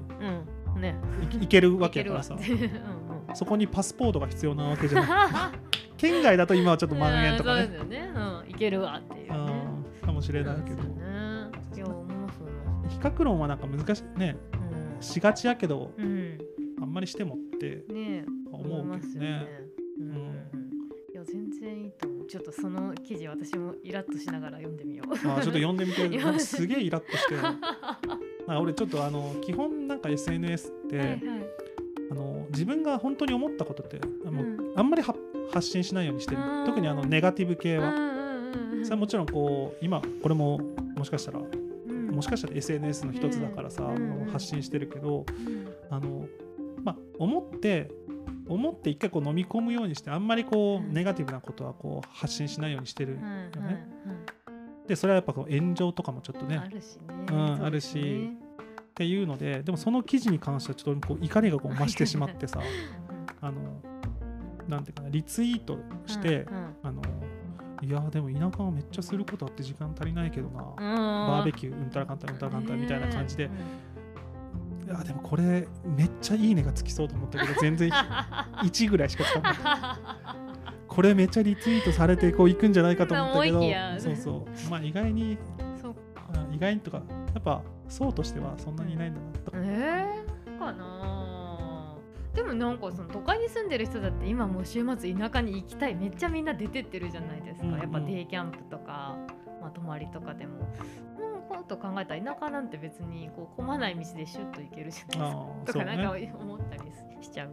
[SPEAKER 1] うんね
[SPEAKER 2] い行けるわ
[SPEAKER 1] い
[SPEAKER 2] け
[SPEAKER 1] け
[SPEAKER 2] だ
[SPEAKER 1] る
[SPEAKER 2] か
[SPEAKER 1] わう
[SPEAKER 2] らさ
[SPEAKER 1] んうん
[SPEAKER 2] そこにパスポートが必要なわけじゃ ない県外だと今はちょっと万円とか
[SPEAKER 1] うんそうです
[SPEAKER 2] ね
[SPEAKER 1] よね。うんいけるわっていうね。
[SPEAKER 2] うんかもしれないけ
[SPEAKER 1] そう
[SPEAKER 2] ど
[SPEAKER 1] ですよねいや思うそう思
[SPEAKER 2] 比較論はなんか難しいね
[SPEAKER 1] う
[SPEAKER 2] しがちやけど
[SPEAKER 1] うんうん。
[SPEAKER 2] あんまりしてもって
[SPEAKER 1] ねえ
[SPEAKER 2] 思
[SPEAKER 1] 思いうま
[SPEAKER 2] け
[SPEAKER 1] す
[SPEAKER 2] ど
[SPEAKER 1] よ
[SPEAKER 2] ね
[SPEAKER 1] ね。うんうんうんいや全然いいと思う。ちょっとその記事私もイラっとしながら読んでみよ う。
[SPEAKER 2] あーちょっと読んでみて
[SPEAKER 1] いや
[SPEAKER 2] なんかすげえイラッとしてなんか俺ちょっとあの基本なんか SNS って、
[SPEAKER 1] はいはい
[SPEAKER 2] あの自分が本当に思ったことってあの、
[SPEAKER 1] うん
[SPEAKER 2] あんまりは発信しないようにしてる
[SPEAKER 1] うん
[SPEAKER 2] 特にあのネガティブ系
[SPEAKER 1] う
[SPEAKER 2] は。
[SPEAKER 1] んうんうん
[SPEAKER 2] それはもちろんこう今これももしかしたら
[SPEAKER 1] うん
[SPEAKER 2] もしかしたら SNS の一つだからさ、
[SPEAKER 1] うんうんうん
[SPEAKER 2] 発信してるけど
[SPEAKER 1] うん
[SPEAKER 2] あの、まあ、思って思って一回こう飲み込むようにしてあんまりこ
[SPEAKER 1] う
[SPEAKER 2] うんネガティブなことはこう発信しないようにしてる、
[SPEAKER 1] はいはい
[SPEAKER 2] でそれはやっぱこう炎上とかもちょっと
[SPEAKER 1] はい
[SPEAKER 2] ね
[SPEAKER 1] あるしね。
[SPEAKER 2] うん
[SPEAKER 1] そうですね
[SPEAKER 2] っていうのででもその記事に関してはちょっと俺もこう怒りがこう増してしまってさあのなんていうかなリツイートして、
[SPEAKER 1] うん
[SPEAKER 2] あのいやでも田舎はめっちゃすることあって時間足りないけどな、
[SPEAKER 1] うん
[SPEAKER 2] バーベキューうんたらかんたらうんたらかんたらみたいな感じで、
[SPEAKER 1] ね
[SPEAKER 2] いやでもこれめっちゃいいねがつきそうと思ったけど全然 1ぐらいしかつかないこれめっちゃリツイートされてこういくんじゃないかと思ったけど
[SPEAKER 1] 思いきや
[SPEAKER 2] そうそうまあ意外に
[SPEAKER 1] うんそう
[SPEAKER 2] あ意外にとかやっぱ層としてはそんなにいないんだなとか、
[SPEAKER 1] えー、かなーでもなんかその都会に住んでる人だって今もう週末田舎に行きたいめっちゃみんな出てってるじゃないですか、
[SPEAKER 2] うんうん
[SPEAKER 1] やっぱデイキャンプとか、まあ、泊まりとかでももうこと考えたら田舎なんて別にこう混まない道でシュッと行けるじゃないですか
[SPEAKER 2] あー
[SPEAKER 1] と
[SPEAKER 2] そう
[SPEAKER 1] か
[SPEAKER 2] ね
[SPEAKER 1] なんか思ったりしちゃう。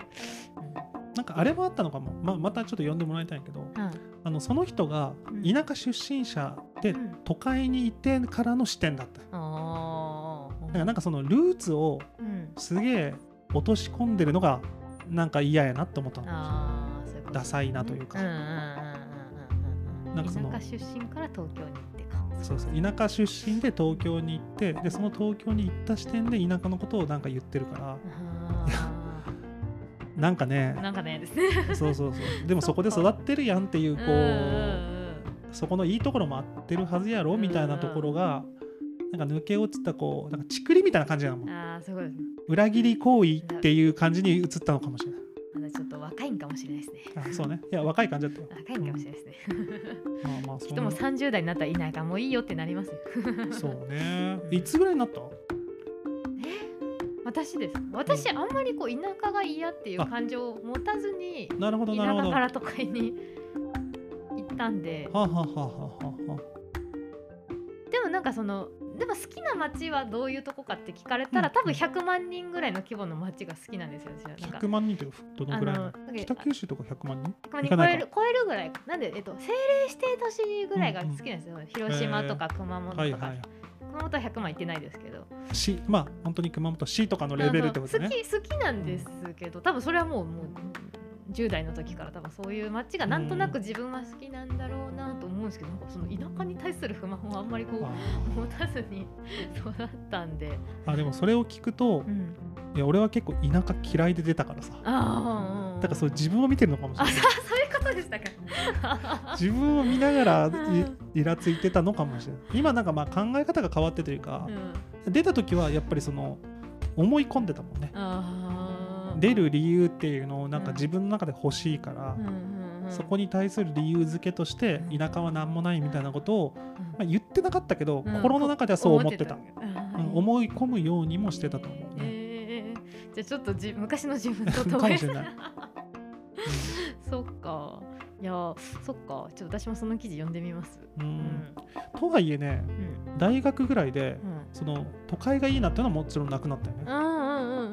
[SPEAKER 2] なんかあれもあったのかも、まあ、またちょっと呼んでもらいたいんやけど
[SPEAKER 1] うん
[SPEAKER 2] あのその人が
[SPEAKER 1] うん
[SPEAKER 2] 田舎出身者で
[SPEAKER 1] うん
[SPEAKER 2] 都会にいてからの視点だったよ
[SPEAKER 1] あ
[SPEAKER 2] だから
[SPEAKER 1] ー
[SPEAKER 2] なんかそのルーツを
[SPEAKER 1] うん
[SPEAKER 2] すげえ落とし込んでるのがなんか嫌やなって思ったの
[SPEAKER 1] あーそういうこと
[SPEAKER 2] ダサいなというか
[SPEAKER 1] うんうんうんうんうんうんう
[SPEAKER 2] な
[SPEAKER 1] んん
[SPEAKER 2] かその
[SPEAKER 1] 田舎出身から東京に行ってか。
[SPEAKER 2] そうそう田舎出身で東京に行ってでその東京に行った視点で田舎のことをなんか言ってるから
[SPEAKER 1] あー
[SPEAKER 2] なんかね
[SPEAKER 1] なんかねですね。
[SPEAKER 2] そうそうそうでもそこで育ってるやんっていうこ
[SPEAKER 1] うんうん
[SPEAKER 2] うそこのいいところもあってるはずやろみたいなところがなんか抜け落ちたこうなんかちくりみたいな感じなの
[SPEAKER 1] うんああ、すごいですね。
[SPEAKER 2] 裏切り行為っていう感じに映ったのかもしれない
[SPEAKER 1] まだちょっと若いんかもしれないですね。
[SPEAKER 2] あそうねいや若い感じだったよ
[SPEAKER 1] 若いんかもしれないですね。
[SPEAKER 2] まあまあそ
[SPEAKER 1] きっ
[SPEAKER 2] ん
[SPEAKER 1] とも
[SPEAKER 2] な
[SPEAKER 1] う三十代になったら田舎もいいよってなりますよ。
[SPEAKER 2] そうねいつぐらいになった
[SPEAKER 1] 私です。私あんまりこう田舎が嫌っていう
[SPEAKER 2] あ
[SPEAKER 1] 感情を持たずに
[SPEAKER 2] なるほど
[SPEAKER 1] 田
[SPEAKER 2] なるほど
[SPEAKER 1] 舎から都会に 行ったんで、
[SPEAKER 2] はあ、はあはあはあはあは
[SPEAKER 1] でもなんかその。でも好きな街はどういうとこかって聞かれたら、
[SPEAKER 2] うん
[SPEAKER 1] 多分100万人ぐらいの規模の街が好きなんですよ。私は
[SPEAKER 2] あ
[SPEAKER 1] なんか
[SPEAKER 2] 100万人ってどのぐらいなの
[SPEAKER 1] あの
[SPEAKER 2] 北九州とか100万人
[SPEAKER 1] 100万人超
[SPEAKER 2] 行かない
[SPEAKER 1] え
[SPEAKER 2] か
[SPEAKER 1] る超えるぐらいかなんで、えっと、政令指定都市ぐらいが好きなんですよ、広島とか熊本とか、
[SPEAKER 2] はいはい
[SPEAKER 1] 熊本は100万行ってないですけど
[SPEAKER 2] 市まあ本当に熊本市とかのレベルってこと
[SPEAKER 1] あの
[SPEAKER 2] ね
[SPEAKER 1] 好き好きなんですけど多分それはもうもう10代の時から多分そういう街がなんとなく自分は好きなんだろうなと思うんですけど、なんかその田舎に対する不満をあんまりこう
[SPEAKER 2] あ
[SPEAKER 1] 持たずに 育ったんで、
[SPEAKER 2] ーあでもそれを聞くと
[SPEAKER 1] うん、
[SPEAKER 2] いや俺は結構田舎嫌いで出たからさ
[SPEAKER 1] ああ
[SPEAKER 2] だからそう自分を見てるのかもしれ
[SPEAKER 1] あ
[SPEAKER 2] ない
[SPEAKER 1] そうそういうことでしたか
[SPEAKER 2] 自分を見ながら
[SPEAKER 1] うん
[SPEAKER 2] いイラついてたのかもしれない今なんかまあ考え方が変わってというか
[SPEAKER 1] う、ん、
[SPEAKER 2] 出た時はやっぱりその思い込んでたもんね
[SPEAKER 1] あー
[SPEAKER 2] 出る理由っていうのをなんか自分の中で欲しいから
[SPEAKER 1] うん、うんうん
[SPEAKER 2] そこに対する理由付けとして
[SPEAKER 1] うん
[SPEAKER 2] 田舎は何もないみたいなことを、
[SPEAKER 1] うん
[SPEAKER 2] まあ、言ってなかったけど、
[SPEAKER 1] うん
[SPEAKER 2] 心の中ではそう思ってた
[SPEAKER 1] 思ってたんだあ
[SPEAKER 2] う
[SPEAKER 1] ー
[SPEAKER 2] ん思い込むようにもしてたと思うね、
[SPEAKER 1] えーじゃあちょっとじ昔の自分と
[SPEAKER 2] かもしれない
[SPEAKER 1] そっかいやーそっかちょっと私もその記事読んでみますう
[SPEAKER 2] う、
[SPEAKER 1] んん
[SPEAKER 2] とはいえね
[SPEAKER 1] うん
[SPEAKER 2] 大学ぐらいで
[SPEAKER 1] うん
[SPEAKER 2] その都会がいいなっていうのはもちろんなくなったよね、
[SPEAKER 1] うんうんうんうんうん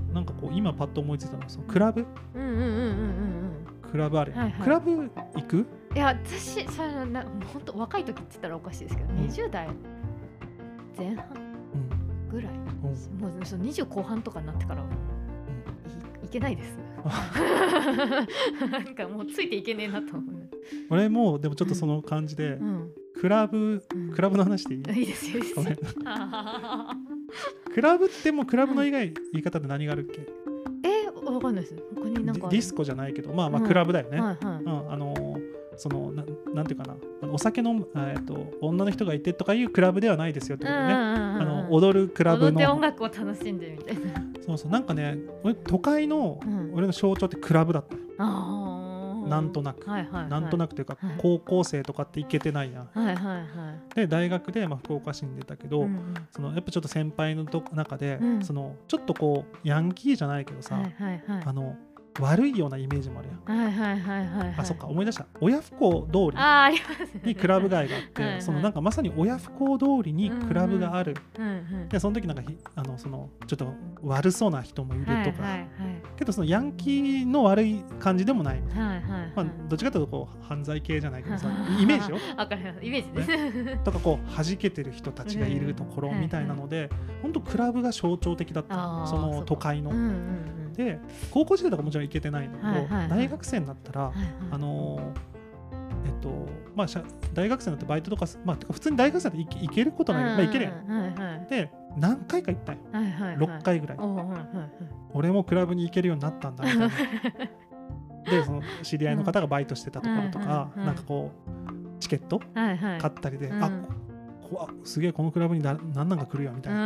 [SPEAKER 1] うん
[SPEAKER 2] なんかこう今パッと思いついたのはそのクラブ
[SPEAKER 1] うんうんうんうんうんうん
[SPEAKER 2] ククラブある、
[SPEAKER 1] はいはい
[SPEAKER 2] クラブ行く
[SPEAKER 1] いや私そのな本当若い時って言ったらおかしいですけど、
[SPEAKER 2] ん
[SPEAKER 1] 20代前半
[SPEAKER 2] うん
[SPEAKER 1] ぐらい
[SPEAKER 2] うん
[SPEAKER 1] もうその20後半とかになってからはうんいいけないです なんかもうついていけねえなと思う、
[SPEAKER 2] 俺もでもちょっとその感じで、
[SPEAKER 1] うん
[SPEAKER 2] クラブ
[SPEAKER 1] うん、
[SPEAKER 2] クラブの話でいい
[SPEAKER 1] いいですよいいです
[SPEAKER 2] ご
[SPEAKER 1] よ
[SPEAKER 2] め
[SPEAKER 1] え
[SPEAKER 2] んクラブってもうクラブの以外言い方で何があるっけ、
[SPEAKER 1] わかんないです他になん
[SPEAKER 2] デ
[SPEAKER 1] か
[SPEAKER 2] ィ
[SPEAKER 1] あ
[SPEAKER 2] デ
[SPEAKER 1] る
[SPEAKER 2] ィスコじゃないけどまあまあ
[SPEAKER 1] うん
[SPEAKER 2] クラブだよね、
[SPEAKER 1] はいはい
[SPEAKER 2] うん、あのーそのななんていうかなあのお酒飲む、えー、と女の人がいてとかいうクラブではないですよってことね、あ
[SPEAKER 1] あ
[SPEAKER 2] の踊るクラブ
[SPEAKER 1] 踊って音
[SPEAKER 2] の
[SPEAKER 1] 楽を楽しんでみたいな
[SPEAKER 2] そうそうなんかね俺都会の
[SPEAKER 1] うん
[SPEAKER 2] 俺の象徴ってクラブだった、
[SPEAKER 1] あー
[SPEAKER 2] なんとなく
[SPEAKER 1] はいはいはい、
[SPEAKER 2] なんとな
[SPEAKER 1] く
[SPEAKER 2] くというか、
[SPEAKER 1] はい
[SPEAKER 2] 高校生とかって行けてないやん
[SPEAKER 1] はいはいはい
[SPEAKER 2] で大学で、まあ、福岡市に出たけど、
[SPEAKER 1] うんうん
[SPEAKER 2] そのやっぱちょっと先輩のと中で、
[SPEAKER 1] うん
[SPEAKER 2] そのちょっとこうヤンキーじゃないけどさ、
[SPEAKER 1] はいはいはい
[SPEAKER 2] あの悪いようなイメージもあるやん、
[SPEAKER 1] はいはいはいはいはい
[SPEAKER 2] あそっか思い出した親不孝通り
[SPEAKER 1] あーありますね
[SPEAKER 2] に クラブ街があって
[SPEAKER 1] はいはい
[SPEAKER 2] そのなんかまさに親不孝通りにクラブがある、
[SPEAKER 1] うんうん
[SPEAKER 2] でその時なんかひあのそのちょっと悪そうな人もいるとか、
[SPEAKER 1] はい
[SPEAKER 2] けどそのヤンキーの悪い感じでもない、ま
[SPEAKER 1] はいはいはいはい
[SPEAKER 2] あ、どっちかというとこう犯罪系じゃないけどさ
[SPEAKER 1] はいはい
[SPEAKER 2] イメージよ
[SPEAKER 1] わかりますイメージです、
[SPEAKER 2] とかこう弾けてる人たちがいるところみたいなので本当クラブが象徴的だった
[SPEAKER 1] あーそ
[SPEAKER 2] その
[SPEAKER 1] うか
[SPEAKER 2] 都会
[SPEAKER 1] うんう
[SPEAKER 2] の。
[SPEAKER 1] んうん
[SPEAKER 2] で高校時代とかもちろん行けてないんだけど、
[SPEAKER 1] はいはいはい
[SPEAKER 2] 大学生になったら、
[SPEAKER 1] はいはい
[SPEAKER 2] あのーえっとまあ、社大学生になってバイトとかす、まあ、てか普通に大学生だって行け行けることない、まあ、行けるやん。
[SPEAKER 1] うんうんうんはいはい
[SPEAKER 2] で何回か行ったんよ
[SPEAKER 1] はいはいはい
[SPEAKER 2] 6回ぐらい、
[SPEAKER 1] おーはいはいはい
[SPEAKER 2] 俺もクラブに行けるようになったんだみ たいなでその知り合いの方がバイトしてたところとか、
[SPEAKER 1] うんうんうんうん
[SPEAKER 2] なんかこうチケット
[SPEAKER 1] はいはい
[SPEAKER 2] 買ったりで、
[SPEAKER 1] うん
[SPEAKER 2] あここあすげえこのクラブにな何なんか来るよみたいな、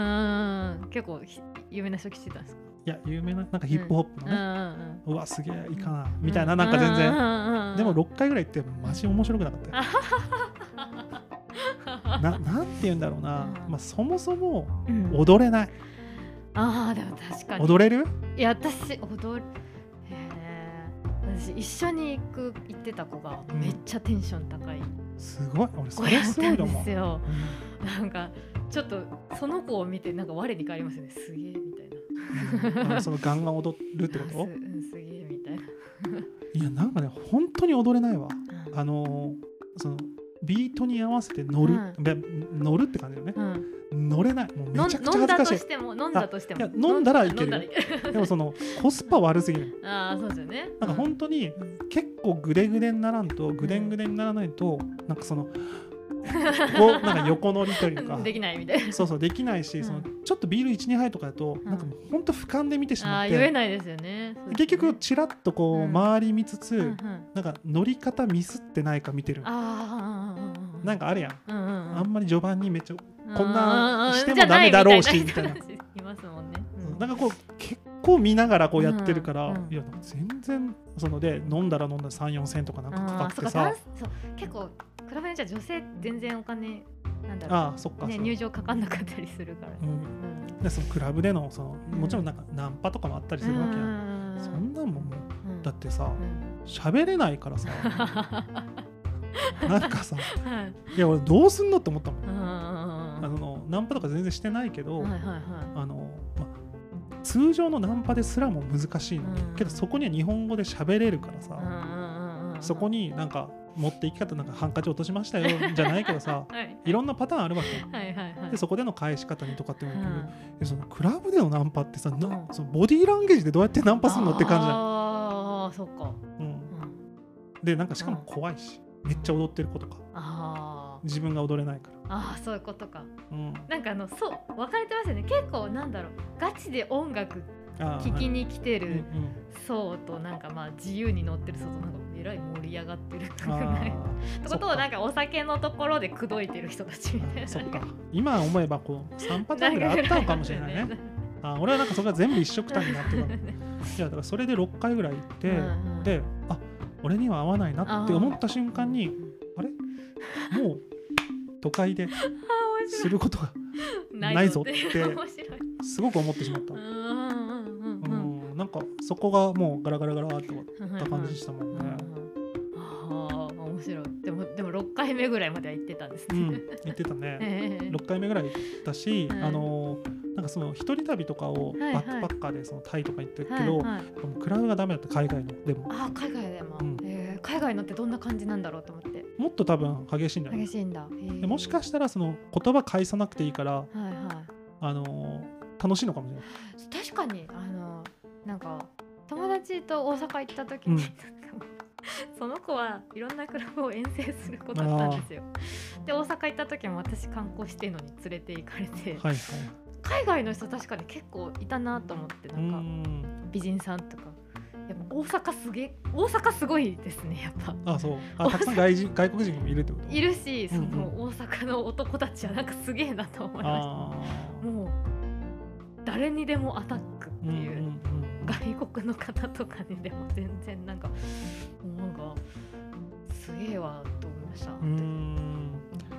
[SPEAKER 1] う
[SPEAKER 2] い
[SPEAKER 1] んうんうん結構ひ有名な人来てたんですか
[SPEAKER 2] や有名ななんかヒップホップの
[SPEAKER 1] うんう
[SPEAKER 2] ね、
[SPEAKER 1] んうん
[SPEAKER 2] うわすげえいいかなみたいな、なんか全然、でも
[SPEAKER 1] ロ
[SPEAKER 2] 6回ぐらい行ってマジ面白くなかったよ ななんて言うんだろうな、
[SPEAKER 1] うん
[SPEAKER 2] まあ、そもそも
[SPEAKER 1] ッ
[SPEAKER 2] 踊れない
[SPEAKER 1] ああでも確かに
[SPEAKER 2] 踊れる
[SPEAKER 1] いや私踊るへー私一緒に行く行ってた子が
[SPEAKER 2] うん
[SPEAKER 1] めっちゃテンション高い
[SPEAKER 2] すごい俺そ
[SPEAKER 1] 子
[SPEAKER 2] れ
[SPEAKER 1] やっ
[SPEAKER 2] す
[SPEAKER 1] た
[SPEAKER 2] ごい
[SPEAKER 1] ん
[SPEAKER 2] と
[SPEAKER 1] で
[SPEAKER 2] 思う
[SPEAKER 1] すよ
[SPEAKER 2] うん
[SPEAKER 1] なんかちょっとその子を見てなんか我に返りますよねすげえみたいな
[SPEAKER 2] うんあのそのガンガン踊るってこ
[SPEAKER 1] あ
[SPEAKER 2] と
[SPEAKER 1] すうんすげえみたいない
[SPEAKER 2] やなんかね本当に踊れないわ
[SPEAKER 1] うん
[SPEAKER 2] あのーそのビートに合わせて乗る、
[SPEAKER 1] う
[SPEAKER 2] で乗るって感じだよね
[SPEAKER 1] うん
[SPEAKER 2] 乗れないもうめ
[SPEAKER 1] 飲ん
[SPEAKER 2] ちゃくちゃ
[SPEAKER 1] 飲ん
[SPEAKER 2] 恥ず
[SPEAKER 1] だ
[SPEAKER 2] か
[SPEAKER 1] と
[SPEAKER 2] し
[SPEAKER 1] しても飲んだとしても
[SPEAKER 2] いや飲んだらいける
[SPEAKER 1] 飲んだらいけ る
[SPEAKER 2] いでもそのコスパ悪すぎる
[SPEAKER 1] ああそうですよね
[SPEAKER 2] なんか
[SPEAKER 1] う
[SPEAKER 2] 本当に結構グデグデにならんとグデングデにならないとなんかそのこ うなんか横乗りというか
[SPEAKER 1] できないみたい
[SPEAKER 2] そうそうできないし、
[SPEAKER 1] うん
[SPEAKER 2] そのちょっとビール12杯とかだと、
[SPEAKER 1] うん
[SPEAKER 2] なんかもう本当俯瞰で見てし
[SPEAKER 1] なあ
[SPEAKER 2] ま
[SPEAKER 1] あ
[SPEAKER 2] っ
[SPEAKER 1] 言え
[SPEAKER 2] て
[SPEAKER 1] ないですよねそうですね
[SPEAKER 2] 結局ちらっとこう、
[SPEAKER 1] うん
[SPEAKER 2] 周り見つつ、
[SPEAKER 1] うんうん
[SPEAKER 2] なんか乗り方ミスってないか見てる
[SPEAKER 1] ああ
[SPEAKER 2] なんかあるやん
[SPEAKER 1] うんうんうん
[SPEAKER 2] あんまり序盤にめっちゃ、
[SPEAKER 1] うん
[SPEAKER 2] こんなしても
[SPEAKER 1] じゃな
[SPEAKER 2] ダメ
[SPEAKER 1] い
[SPEAKER 2] だろうし
[SPEAKER 1] みたいな
[SPEAKER 2] み
[SPEAKER 1] 人いますもんね。う
[SPEAKER 2] なんかこう結構見ながらこうやってるから、
[SPEAKER 1] うんうん
[SPEAKER 2] いや全然そので飲んだら飲んだら34,000とかなんかか
[SPEAKER 1] あーそ
[SPEAKER 2] かっ
[SPEAKER 1] う
[SPEAKER 2] て
[SPEAKER 1] か
[SPEAKER 2] さ
[SPEAKER 1] ダンスそう結構比べるじゃ女性全然お金なんだろ
[SPEAKER 2] ああそっか
[SPEAKER 1] う、ね、
[SPEAKER 2] そう
[SPEAKER 1] 入場かかんなかったりするから。う
[SPEAKER 2] う
[SPEAKER 1] ん
[SPEAKER 2] んでそのクラブでのそのもちろんなんかナンパとかもあったりするわけやん、
[SPEAKER 1] うん
[SPEAKER 2] そんなんもんも
[SPEAKER 1] う
[SPEAKER 2] う
[SPEAKER 1] ん
[SPEAKER 2] だってさ
[SPEAKER 1] うん
[SPEAKER 2] 喋れないか らさなんかさ
[SPEAKER 1] はい
[SPEAKER 2] いや俺どうすんのって思ったもん
[SPEAKER 1] うんうん
[SPEAKER 2] あ
[SPEAKER 1] うん
[SPEAKER 2] のナンパとか全然してないけど、
[SPEAKER 1] はいはいは
[SPEAKER 2] あの、ま、通常のナンパですらも難しいのに、
[SPEAKER 1] うん
[SPEAKER 2] けどそこには日本語で喋れるからさ、
[SPEAKER 1] いうんうんうんうん
[SPEAKER 2] そこになんか持っていき方なんかハンカチ落としましたよじゃないけ どさ
[SPEAKER 1] はい
[SPEAKER 2] いろんなパターンあるわけよ
[SPEAKER 1] はいはいはい
[SPEAKER 2] でそこでの返し方にとかって思う
[SPEAKER 1] う
[SPEAKER 2] けど、
[SPEAKER 1] ん
[SPEAKER 2] えそのクラブでのナンパってさ、な
[SPEAKER 1] うん
[SPEAKER 2] そのボディーランゲージでどうやってナンパするのって感じだよ、
[SPEAKER 1] ああそっか。
[SPEAKER 2] うん
[SPEAKER 1] うん
[SPEAKER 2] でなんかしかも怖いしめっちゃ踊ってる子とか
[SPEAKER 1] あー
[SPEAKER 2] 自分が踊れないから、
[SPEAKER 1] あーそういうことか。
[SPEAKER 2] うん、
[SPEAKER 1] なんかあのそう分かれてますよね結構なんだろうガチで音楽
[SPEAKER 2] あー
[SPEAKER 1] 聴き
[SPEAKER 2] はい
[SPEAKER 1] に来て
[SPEAKER 2] うん
[SPEAKER 1] る層となんかまあ自由に乗ってる層となんかえらい盛り上がってる
[SPEAKER 2] うん、あ
[SPEAKER 1] っ
[SPEAKER 2] ー
[SPEAKER 1] てこと
[SPEAKER 2] そっ
[SPEAKER 1] を
[SPEAKER 2] か
[SPEAKER 1] なんかお酒のところで口説いてる人たちみたい
[SPEAKER 2] あ
[SPEAKER 1] な。
[SPEAKER 2] そっか今思えばこう3パターンぐらいあったのかもし れないね。あ俺はなんかそれが全部一緒くたになってたのいやだからそれで6回ぐらい行って、
[SPEAKER 1] うんうん
[SPEAKER 2] であ俺には合わないなって思った瞬間にあれもう都会ですることがないぞって
[SPEAKER 1] 面白い。
[SPEAKER 2] すごく思ってしまった
[SPEAKER 1] う、んうんうん
[SPEAKER 2] う
[SPEAKER 1] うん
[SPEAKER 2] ん、なんかそこがもうガラガラガラって終わっ
[SPEAKER 1] うん。
[SPEAKER 2] た感じでしたも
[SPEAKER 1] うんんう
[SPEAKER 2] ね、
[SPEAKER 1] んああ面白い。でもでも六回目ぐらいまでは行ってたんです
[SPEAKER 2] うん
[SPEAKER 1] ね。
[SPEAKER 2] 言ってたね
[SPEAKER 1] ええ
[SPEAKER 2] 6回目ぐらい行ったし、
[SPEAKER 1] うん
[SPEAKER 2] あのなんかその一人旅とかを
[SPEAKER 1] はいはい
[SPEAKER 2] バックパッカーでそのタイとか行ったけど、
[SPEAKER 1] はいはい
[SPEAKER 2] でもクラブがダメだった海外のでも
[SPEAKER 1] あー海外でも、
[SPEAKER 2] うん
[SPEAKER 1] え海外のってどんな感じなんだろうと思って
[SPEAKER 2] もっと多分激しいんじゃない
[SPEAKER 1] 激しいんだ
[SPEAKER 2] でもしか
[SPEAKER 1] し
[SPEAKER 2] したらその言葉返さなくていいから、
[SPEAKER 1] はいはい
[SPEAKER 2] あのー楽しいのかもしれない
[SPEAKER 1] 確かにあのなんか友達と大阪行った時に、
[SPEAKER 2] うん
[SPEAKER 1] なんか その子はいろんなクラブを遠征する子だったんですよで大阪行った時も私観光してんのに連れて行かれて、
[SPEAKER 2] はいはい
[SPEAKER 1] 海外の人確かに結構いたなと思って
[SPEAKER 2] うー
[SPEAKER 1] なんか
[SPEAKER 2] ん
[SPEAKER 1] 美人さんとかやっぱ大阪すげ大阪すごいですねやっぱ
[SPEAKER 2] あそうあたくさん外人外国人もいるってこと
[SPEAKER 1] いるしそ
[SPEAKER 2] うんう
[SPEAKER 1] の大阪の男たちはなんかすげえなと思いました
[SPEAKER 2] あー
[SPEAKER 1] もう誰にでもアタックって
[SPEAKER 2] うんうん
[SPEAKER 1] いうう、
[SPEAKER 2] んうん
[SPEAKER 1] 外国の方とかにでも全然なんかもうなんかすげえわと思いました、
[SPEAKER 2] うー ん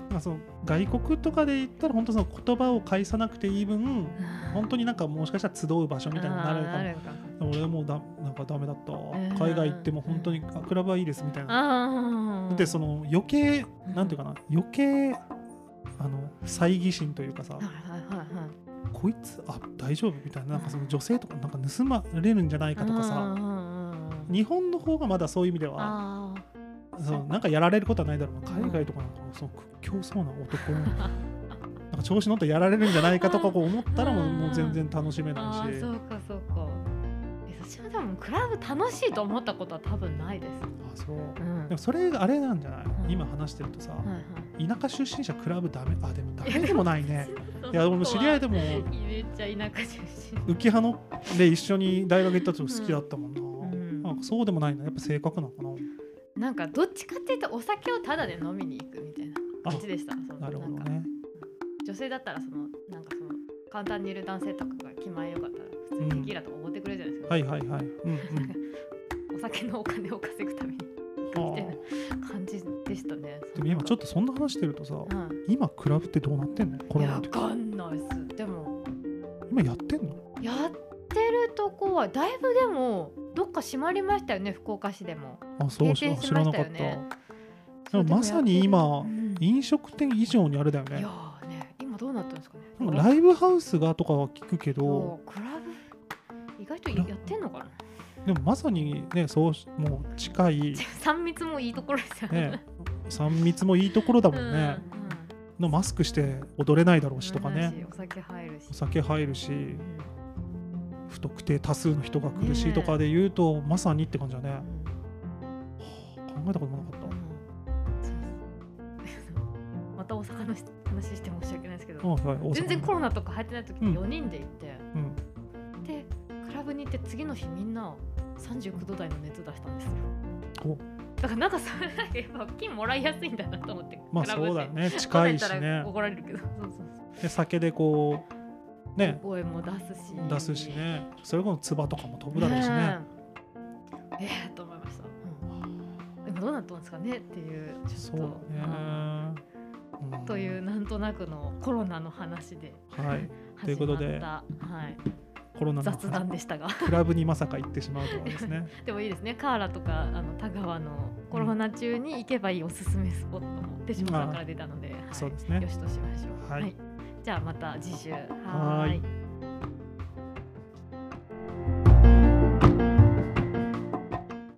[SPEAKER 2] まあその外国とかで言ったら本当その言葉を返さなくていい分本当
[SPEAKER 1] に
[SPEAKER 2] になんかもしかしたら集う場所みたいになるか
[SPEAKER 1] かも
[SPEAKER 2] もでも俺はもうだなんかダメだったわ
[SPEAKER 1] うん
[SPEAKER 2] 海外行っても本当にあクラブはいいですみたいな
[SPEAKER 1] あー
[SPEAKER 2] でその余計
[SPEAKER 1] うん
[SPEAKER 2] なんていうかな余計あの猜疑心というかさ
[SPEAKER 1] はいはいはいはい
[SPEAKER 2] こいつあ大丈夫みたいななんかその女性とかなんか盗まれるんじゃないかとか
[SPEAKER 1] うん
[SPEAKER 2] さ
[SPEAKER 1] うんうんうん
[SPEAKER 2] 日本の方がまだそういう意味では
[SPEAKER 1] あー
[SPEAKER 2] そうなんかやられることはないだろうな海外とかなんかもうその屈強 そうな男なんか調子乗ってやられるんじゃないかとかこう思ったらもう
[SPEAKER 1] うん
[SPEAKER 2] もう全然楽しめ
[SPEAKER 1] あ
[SPEAKER 2] ない
[SPEAKER 1] ー
[SPEAKER 2] し
[SPEAKER 1] そうかそうかえ私は多分クラブ楽しいと思ったことは多分ないです、
[SPEAKER 2] あそう
[SPEAKER 1] うん
[SPEAKER 2] でもそれがあれなんじゃない
[SPEAKER 1] うん
[SPEAKER 2] 今話してるとさ
[SPEAKER 1] はいはい
[SPEAKER 2] 田舎出身者クラブダメあでもダ
[SPEAKER 1] いや
[SPEAKER 2] メでもない ねいや俺も知り合いでも
[SPEAKER 1] めっちゃ田舎出身
[SPEAKER 2] 浮羽ので一緒に大学行った時好きだったもんな,、
[SPEAKER 1] ん
[SPEAKER 2] なんかそうでもないなやっぱ性格なのかな
[SPEAKER 1] なんかどっちかっていうとお酒をタダで飲みに行くみたいな
[SPEAKER 2] あ
[SPEAKER 1] 感じでしたその
[SPEAKER 2] なるほど
[SPEAKER 1] んか
[SPEAKER 2] ね
[SPEAKER 1] 女性だったらそのなんかその簡単にいる男性とかが気前よかったら普通
[SPEAKER 2] うん
[SPEAKER 1] にテキーラとかおごってくれるじゃないですか、
[SPEAKER 2] はいはいはいうん うん
[SPEAKER 1] お酒のお金を稼ぐために
[SPEAKER 2] あ
[SPEAKER 1] みたいな感じでしたね
[SPEAKER 2] ーでも今ちょ
[SPEAKER 1] っ
[SPEAKER 2] っとそんな話してるとさ
[SPEAKER 1] と、うん
[SPEAKER 2] 今クラブってどうなってんのコ
[SPEAKER 1] い
[SPEAKER 2] ロ
[SPEAKER 1] や
[SPEAKER 2] ナ
[SPEAKER 1] わ
[SPEAKER 2] と
[SPEAKER 1] かんないっすでも
[SPEAKER 2] 今やってんの
[SPEAKER 1] やってるとこはだいぶでもどっか閉まりましたよね福岡市でも
[SPEAKER 2] あそう
[SPEAKER 1] 閉店し
[SPEAKER 2] 知ら
[SPEAKER 1] ま
[SPEAKER 2] な
[SPEAKER 1] し
[SPEAKER 2] か
[SPEAKER 1] た
[SPEAKER 2] っ
[SPEAKER 1] よ
[SPEAKER 2] た、
[SPEAKER 1] ね
[SPEAKER 2] でもまさに今
[SPEAKER 1] うんい
[SPEAKER 2] 飲食店以上にあれだよ
[SPEAKER 1] や
[SPEAKER 2] ね
[SPEAKER 1] ーね今どうなったんですかね
[SPEAKER 2] なんかライブハウスがとかは聞くけど
[SPEAKER 1] そうクラブ意外とやってんのかな
[SPEAKER 2] でもまさにねそうしもう 近い、
[SPEAKER 1] 三密もいいところですよ
[SPEAKER 2] ね、3密もいいところだもんね、のマスクして踊れないだろ
[SPEAKER 1] うん
[SPEAKER 2] うしとかね、
[SPEAKER 1] お酒入るし
[SPEAKER 2] お酒入るし
[SPEAKER 1] うん
[SPEAKER 2] 不特定多数の人が苦し
[SPEAKER 1] ね
[SPEAKER 2] い
[SPEAKER 1] え
[SPEAKER 2] とかで言うと、まさにって感じだね、
[SPEAKER 1] う
[SPEAKER 2] は
[SPEAKER 1] ん
[SPEAKER 2] あ考えたこともなかっ
[SPEAKER 1] そうそう また大阪のし話して申し訳ないですけ
[SPEAKER 2] た、
[SPEAKER 1] ど
[SPEAKER 2] うんはい大阪
[SPEAKER 1] 全然コロナとか入ってない時
[SPEAKER 2] うん
[SPEAKER 1] に4人で行って、
[SPEAKER 2] うん
[SPEAKER 1] でクラブに行って次の日みんな39度台の熱出したんですよ
[SPEAKER 2] お
[SPEAKER 1] だからなんかそれだけやっぱ金もらいやすいんだなと思って
[SPEAKER 2] まあ
[SPEAKER 1] クラブ
[SPEAKER 2] そうだ
[SPEAKER 1] っ
[SPEAKER 2] よ
[SPEAKER 1] て
[SPEAKER 2] ね近いし
[SPEAKER 1] 来られ
[SPEAKER 2] ね
[SPEAKER 1] たら怒られるけどそうそうそう
[SPEAKER 2] で酒でこうね
[SPEAKER 1] 声も出すし
[SPEAKER 2] 出すしねそれこそ唾とかも飛ぶだろうしね、
[SPEAKER 1] えええと思いました、でもどうなったんですかねっていうちょ
[SPEAKER 2] そう
[SPEAKER 1] っ
[SPEAKER 2] だ
[SPEAKER 1] と
[SPEAKER 2] ね、うん
[SPEAKER 1] というなんとなくのコロナの話で
[SPEAKER 2] はいとい
[SPEAKER 1] 始
[SPEAKER 2] うこ
[SPEAKER 1] ま
[SPEAKER 2] と
[SPEAKER 1] っ
[SPEAKER 2] で
[SPEAKER 1] た、はい、
[SPEAKER 2] コロナの
[SPEAKER 1] 雑談でしたが
[SPEAKER 2] クラブにまさか行ってしまうとはですね
[SPEAKER 1] でもいいですねカーラとかあの田川のコロナ中に行けばいいおすすめスポットも手 島さんから出たので、はい
[SPEAKER 2] そうですね
[SPEAKER 1] よしとしましょう、
[SPEAKER 2] はい
[SPEAKER 1] じゃあまた次週は
[SPEAKER 2] はーい
[SPEAKER 1] ーい